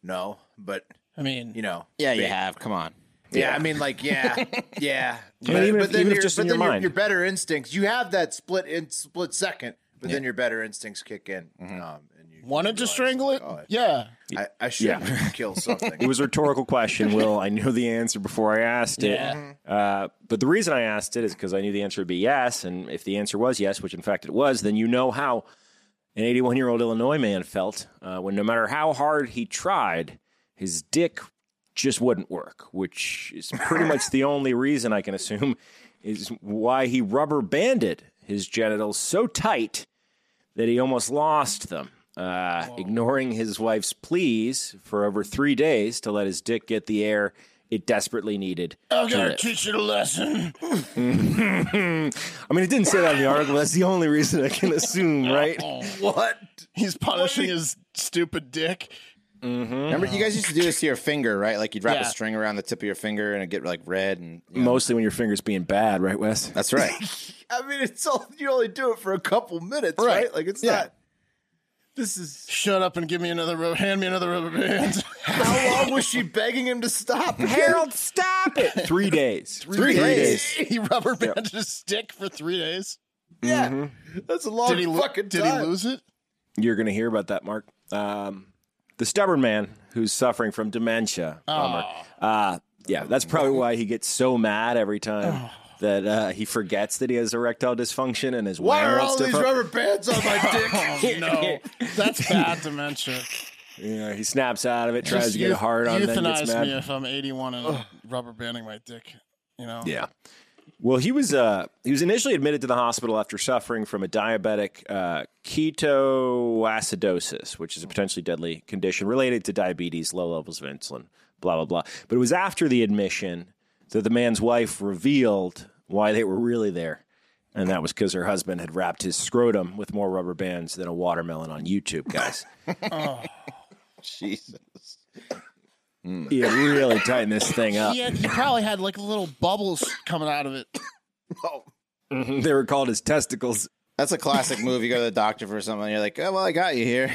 Speaker 1: no, but
Speaker 2: I mean,
Speaker 1: you know,
Speaker 4: Yeah, you have. Come on.
Speaker 1: Yeah, I mean, like, yeah, yeah. But,
Speaker 3: even
Speaker 1: but
Speaker 3: if-
Speaker 1: then,
Speaker 3: even if
Speaker 1: your,
Speaker 3: just
Speaker 1: but
Speaker 3: in
Speaker 1: then
Speaker 3: your
Speaker 1: your,
Speaker 3: mind.
Speaker 1: your better instincts, you have that split in split second, but then your better instincts kick in. Um, and you
Speaker 2: wanted to
Speaker 1: realize,
Speaker 2: strangle
Speaker 1: like,
Speaker 2: it?
Speaker 1: oh,
Speaker 2: Yeah.
Speaker 1: I, I should kill
Speaker 3: It
Speaker 1: something.
Speaker 3: was a rhetorical question, Will. I knew the answer before I asked it. Uh, but the reason I asked it is because I knew the answer would be yes. And if the answer was yes, which in fact it was, then you know how an 81 year old Illinois man felt uh, when no matter how hard he tried, his dick just wouldn't work, which is pretty much the only reason I can assume is why he rubber banded his genitals so tight that he almost lost them, uh, ignoring his wife's pleas for over three days to let his dick get the air it desperately needed.
Speaker 2: I
Speaker 3: to
Speaker 2: gotta
Speaker 3: live.
Speaker 2: teach you a lesson.
Speaker 3: I mean, it didn't say that in the article. That's the only reason I can assume, right?
Speaker 1: what?
Speaker 2: He's punishing his stupid dick.
Speaker 4: Remember, you guys used to do this to your finger, right? Like you'd wrap a
Speaker 2: Yeah.
Speaker 4: string around the tip of your finger and it'd get like red and. you know.
Speaker 3: Mostly when your finger's being bad, right, Wes?
Speaker 4: That's right.
Speaker 1: I mean, it's all you only do it for a couple minutes, right?
Speaker 4: Right.
Speaker 1: Like, it's
Speaker 4: Yeah.
Speaker 1: not. This is
Speaker 2: Shut up and give me another rubber. Hand me another rubber band.
Speaker 1: how long was she begging him to stop?
Speaker 3: Harold, stop it! Three days. Three,
Speaker 2: he rubber banded his stick for three days.
Speaker 1: yeah, that's a long
Speaker 2: Did he lo-
Speaker 1: Oh, fucking
Speaker 2: Did
Speaker 1: time.
Speaker 2: he lose it?
Speaker 3: You're going to hear about that, Mark. Um, the stubborn man who's suffering from dementia. Bummer.
Speaker 1: Ah.
Speaker 3: Uh, yeah, that's probably why he gets so mad every time
Speaker 1: Ah.
Speaker 3: that uh, he forgets that he has erectile dysfunction and his
Speaker 1: Why
Speaker 3: wang
Speaker 1: are
Speaker 3: looks
Speaker 1: all these
Speaker 3: different.
Speaker 1: rubber bands on my dick?
Speaker 2: Oh no, that's bad dementia.
Speaker 3: Yeah, he snaps out of it, tries
Speaker 2: Just
Speaker 3: to get
Speaker 2: euth-
Speaker 3: hard on, then
Speaker 2: Euthanize
Speaker 3: gets mad.
Speaker 2: me if I'm 81 and rubber banding my dick. You know.
Speaker 3: Yeah. Well, he was uh, he was initially admitted to the hospital after suffering from a diabetic uh, ketoacidosis, which is a potentially deadly condition related to diabetes, low levels of insulin, blah blah blah. But it was after the admission that the man's wife revealed why they were really there, and that was because her husband had wrapped his scrotum with more rubber bands than a watermelon on YouTube, guys.
Speaker 4: Jesus.
Speaker 3: he had really tightened this thing up.
Speaker 2: He, had, he probably had like little bubbles coming out of it.
Speaker 3: They were called his testicles.
Speaker 4: That's a classic move. You go to the doctor for something, and you're like, oh, well, I got you here.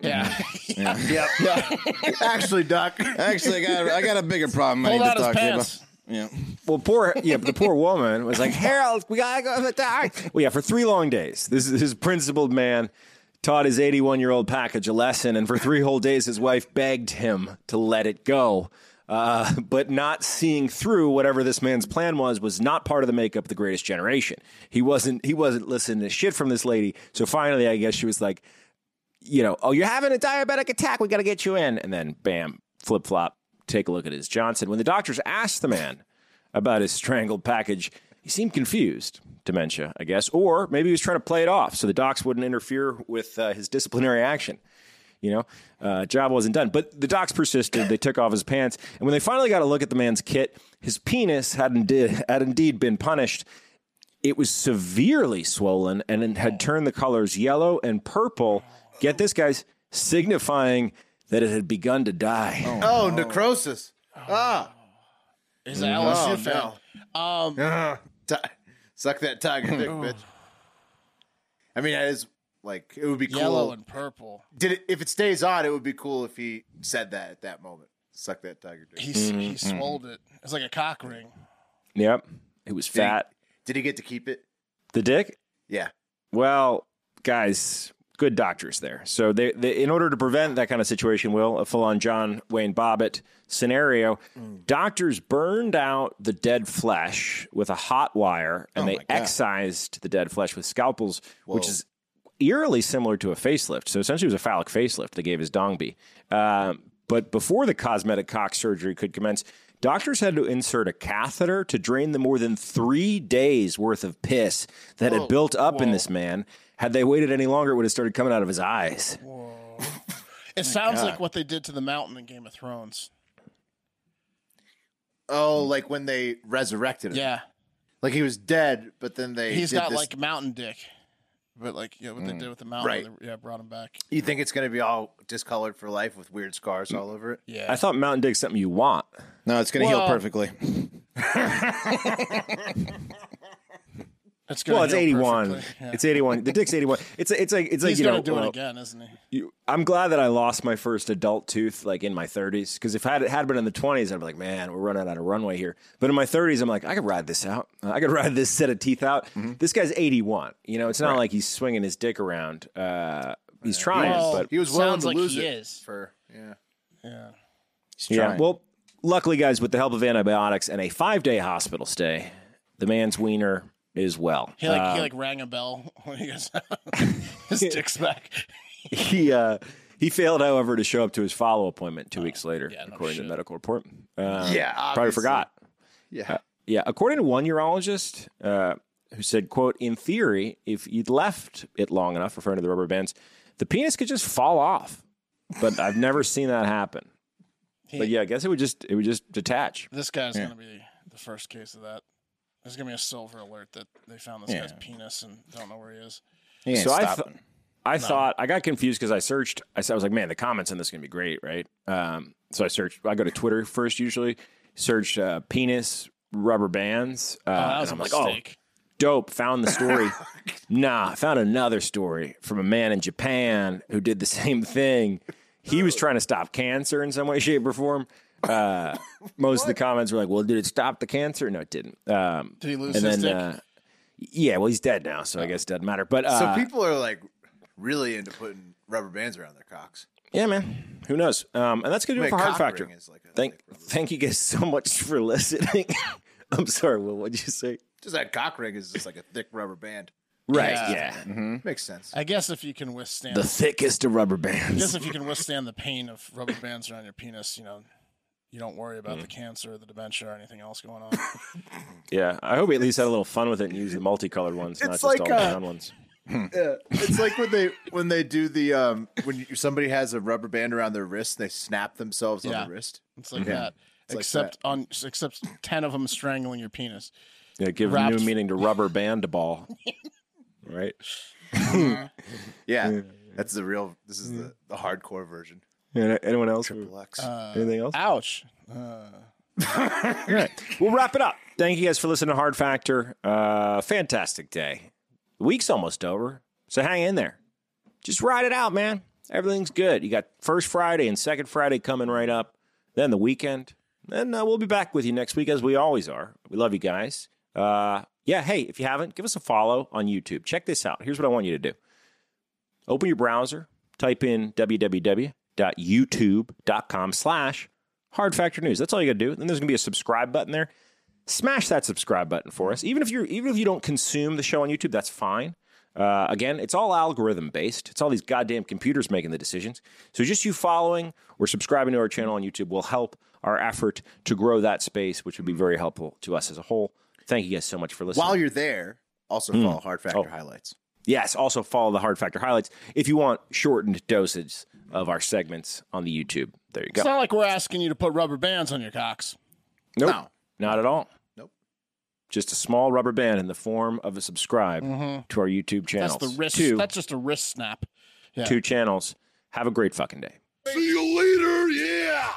Speaker 2: Yeah.
Speaker 1: yep. Actually, Doc.
Speaker 4: Actually, I got, I got a bigger problem I
Speaker 2: Pulled
Speaker 4: need to
Speaker 2: out his
Speaker 4: talk to you about.
Speaker 2: pants.
Speaker 4: Yeah.
Speaker 3: Well, poor yeah, but the poor woman was like, Harold, we gotta go to the doctor. Well, yeah, for three long days, this this principled man taught his 81 year old package a lesson, and for three whole days, his wife begged him to let it go. Uh, but not seeing through whatever this man's plan was was not part of the makeup of the Greatest Generation. He wasn't he wasn't listening to shit from this lady. So finally, I guess she was like, you know, oh, you're having a diabetic attack. We got to get you in. And then, bam, flip flop. Take a look at his Johnson. When the doctors asked the man about his strangled package, he seemed confused. Dementia, I guess. Or maybe he was trying to play it off so the docs wouldn't interfere with uh, his disciplinary action. You know, uh, job wasn't done. But the docs persisted. They took off his pants. And when they finally got a look at the man's kit, his penis had indeed, had indeed been punished it was severely swollen and it had turned the colors yellow and purple. Get this, guys, signifying that it had begun to die.
Speaker 1: Oh, necrosis. Ah,
Speaker 2: He's an LSU
Speaker 1: oh,
Speaker 2: fan.
Speaker 1: no.
Speaker 3: Uh-huh. Oh.
Speaker 1: Um, Ti- suck that tiger dick, bitch. I mean, that is Like it would be cool.
Speaker 2: Yellow and purple.
Speaker 1: Did it, if it stays on, it would be cool if he said that at that moment. Suck that tiger dick.
Speaker 2: He s
Speaker 3: Mm-hmm.
Speaker 2: he swolled it. It's like a cock ring.
Speaker 3: Yep. It was fat.
Speaker 1: Did he get to keep it?
Speaker 3: The dick?
Speaker 1: Yeah.
Speaker 3: Well, guys, good doctors there. So they, they in order to prevent that kind of situation, will a full on John Wayne Bobbitt scenario, doctors burned out the dead flesh with a hot wire and they excised the dead flesh with scalpels, which is eerily similar to a facelift. So essentially, it was a phallic facelift they gave his dongbi. Um, but before the cosmetic cock surgery could commence, doctors had to insert a catheter to drain the more than three days worth of piss that
Speaker 2: Oh,
Speaker 3: had built up in this man. Had they waited any longer, it would have started coming out of his eyes.
Speaker 2: It sounds like what they did to the mountain in Game of Thrones.
Speaker 1: Oh, like when they resurrected him.
Speaker 2: Mm. Yeah.
Speaker 1: Like he was dead, but then they
Speaker 2: He's
Speaker 1: did
Speaker 2: got
Speaker 1: this-
Speaker 2: like mountain dick. But like yeah,
Speaker 3: Mm.
Speaker 2: what they did with the mountain,
Speaker 1: Right.
Speaker 2: they- yeah, brought him back.
Speaker 1: You think it's going to be all discolored for life with weird scars all over it?
Speaker 2: Yeah.
Speaker 3: I thought Mountain Dick's something you want.
Speaker 4: No, it's going to
Speaker 2: Well-
Speaker 4: heal perfectly.
Speaker 2: It's gonna
Speaker 3: Well, it's
Speaker 2: heal
Speaker 3: 81.
Speaker 2: perfectly. Yeah.
Speaker 3: It's 81. The dick's 81. It's a, it's like it's like
Speaker 2: He's
Speaker 3: you
Speaker 2: gonna
Speaker 3: know. uh,
Speaker 2: do
Speaker 3: well,
Speaker 2: it again, isn't he?
Speaker 3: you- I'm glad that I lost my first adult tooth like in my 30s because if I had it had been in the 20s, I'd be like, man, we're running out of runway here. But in my 30s, I'm like, I could ride this out. I could ride this set of teeth out. This guy's 81. You know, it's not like he's swinging his dick around. Uh, he's trying,
Speaker 2: Well,
Speaker 3: but
Speaker 1: He was willing
Speaker 2: Sounds
Speaker 1: to
Speaker 2: like
Speaker 1: lose
Speaker 2: he
Speaker 1: it
Speaker 2: is.
Speaker 1: for yeah.
Speaker 2: Yeah.
Speaker 3: Yeah. Well, luckily, guys, with the help of antibiotics and a five day hospital stay, the man's wiener is well.
Speaker 2: He like
Speaker 3: Uh,
Speaker 2: he like rang a bell when he goes his dick's back.
Speaker 3: he, uh, he failed, however, to show up to his follow appointment two weeks later, according to the medical report. Uh,
Speaker 1: Yeah,
Speaker 3: probably
Speaker 1: obviously.
Speaker 3: forgot. Uh,
Speaker 1: Yeah.
Speaker 3: Yeah, according to one urologist uh, who said, "quote In theory, if you'd left it long enough, referring to the rubber bands, the penis could just fall off." But I've never seen that happen. But yeah, I guess it would just it would just detach.
Speaker 2: This guy's gonna be the first case of that. There's gonna be a silver alert that they found this guy's penis and don't know where he is.
Speaker 4: He ain't
Speaker 3: So I
Speaker 4: stopping.
Speaker 3: I thought I got confused because I searched. I s- I was like, "Man, the comments on this is gonna be great, right?" Um, so I searched. I go to Twitter first usually. Search uh, penis rubber bands. Uh,
Speaker 2: Oh, that was a
Speaker 3: and I'm like, "Oh,
Speaker 2: mistake.
Speaker 3: dope. Found the story. nah, I found another story from a man in Japan who did the same thing. He was trying to stop cancer in some way, shape, or form. Uh, most of the comments were like, "Well, did it stop the cancer?" No, it didn't. Um,
Speaker 2: Did he lose
Speaker 3: and
Speaker 2: his
Speaker 3: then,
Speaker 2: dick?
Speaker 3: uh, yeah, well, he's dead now, so I guess it doesn't matter. But
Speaker 1: So
Speaker 3: uh,
Speaker 1: people are like really into putting rubber bands around their cocks.
Speaker 3: yeah, man, who knows? Um, and that's gonna do it
Speaker 1: Wait,
Speaker 3: for Hard
Speaker 1: cock
Speaker 3: Factor.
Speaker 1: ring is like a
Speaker 3: Thank,
Speaker 1: thick rubber
Speaker 3: thank you guys so much for listening. I'm sorry, Will. What'd you say?
Speaker 1: Just that cock ring is just like a thick rubber band.
Speaker 3: Right,
Speaker 2: Yeah. Mm-hmm.
Speaker 3: yeah,
Speaker 1: Makes sense.
Speaker 2: I guess if you can withstand
Speaker 3: the thickest of rubber bands.
Speaker 2: I guess if you can withstand the pain of rubber bands around your penis, you know, you don't worry about
Speaker 3: Mm.
Speaker 2: the cancer or the dementia or anything else going on.
Speaker 3: Yeah, I hope he at least had a little fun with it and used the multicolored ones, not just
Speaker 1: like,
Speaker 3: all
Speaker 1: uh,
Speaker 3: the brown ones.
Speaker 1: Yeah. It's like when they when they do the um when you, somebody has a rubber band around their wrist, they snap themselves
Speaker 2: Yeah.
Speaker 1: on the wrist.
Speaker 2: It's
Speaker 3: Mm-hmm.
Speaker 2: like that.
Speaker 1: like
Speaker 2: except on except ten of them strangling your penis.
Speaker 3: Yeah, give
Speaker 2: Wrapped-
Speaker 3: new meaning to rubber band ball. right?
Speaker 1: Yeah. That's the real this is the, the hardcore version.
Speaker 3: Yeah, uh, Anyone else?
Speaker 1: Triple X.
Speaker 3: Anything else?
Speaker 2: Ouch. Uh,
Speaker 3: All right. We'll wrap it up. Thank you guys for listening to Hard Factor. Uh, fantastic day. The week's almost over. So hang in there. Just ride it out, man. Everything's good. You got first Friday and second Friday coming right up, then the weekend. Then uh, we'll be back with you next week, as we always are. We love you guys. Uh, yeah, hey, if you haven't, give us a follow on YouTube. Check this out. Here's what I want you to do open your browser, type in www.youtube.com slash hard factor news. That's all you got to do. Then there's going to be a subscribe button there. Smash that subscribe button for us. Even if you're even if you don't consume the show on YouTube, that's fine. Uh, again, it's all algorithm based. It's all these goddamn computers making the decisions. So just you following or subscribing to our channel on YouTube will help our effort to grow that space, which would be very helpful to us as a whole. Thank you guys so much for listening.
Speaker 1: While you're there, also follow Hard Factor
Speaker 3: Oh.
Speaker 1: highlights.
Speaker 3: Yes, also follow the Hard Factor highlights if you want shortened dosage of our segments on the YouTube. There you
Speaker 2: it's
Speaker 3: go.
Speaker 2: not like we're asking you to put rubber bands on your cocks.
Speaker 3: Nope.
Speaker 1: No.
Speaker 3: Not at all.
Speaker 1: Nope.
Speaker 3: Just a small rubber band in the form of a subscribe to our YouTube
Speaker 2: Mm-hmm. That's
Speaker 3: channels.
Speaker 2: the wrist.
Speaker 3: Two,
Speaker 2: That's just a wrist snap. Yeah.
Speaker 3: two channels. Have a great fucking day.
Speaker 5: See you later, yeah!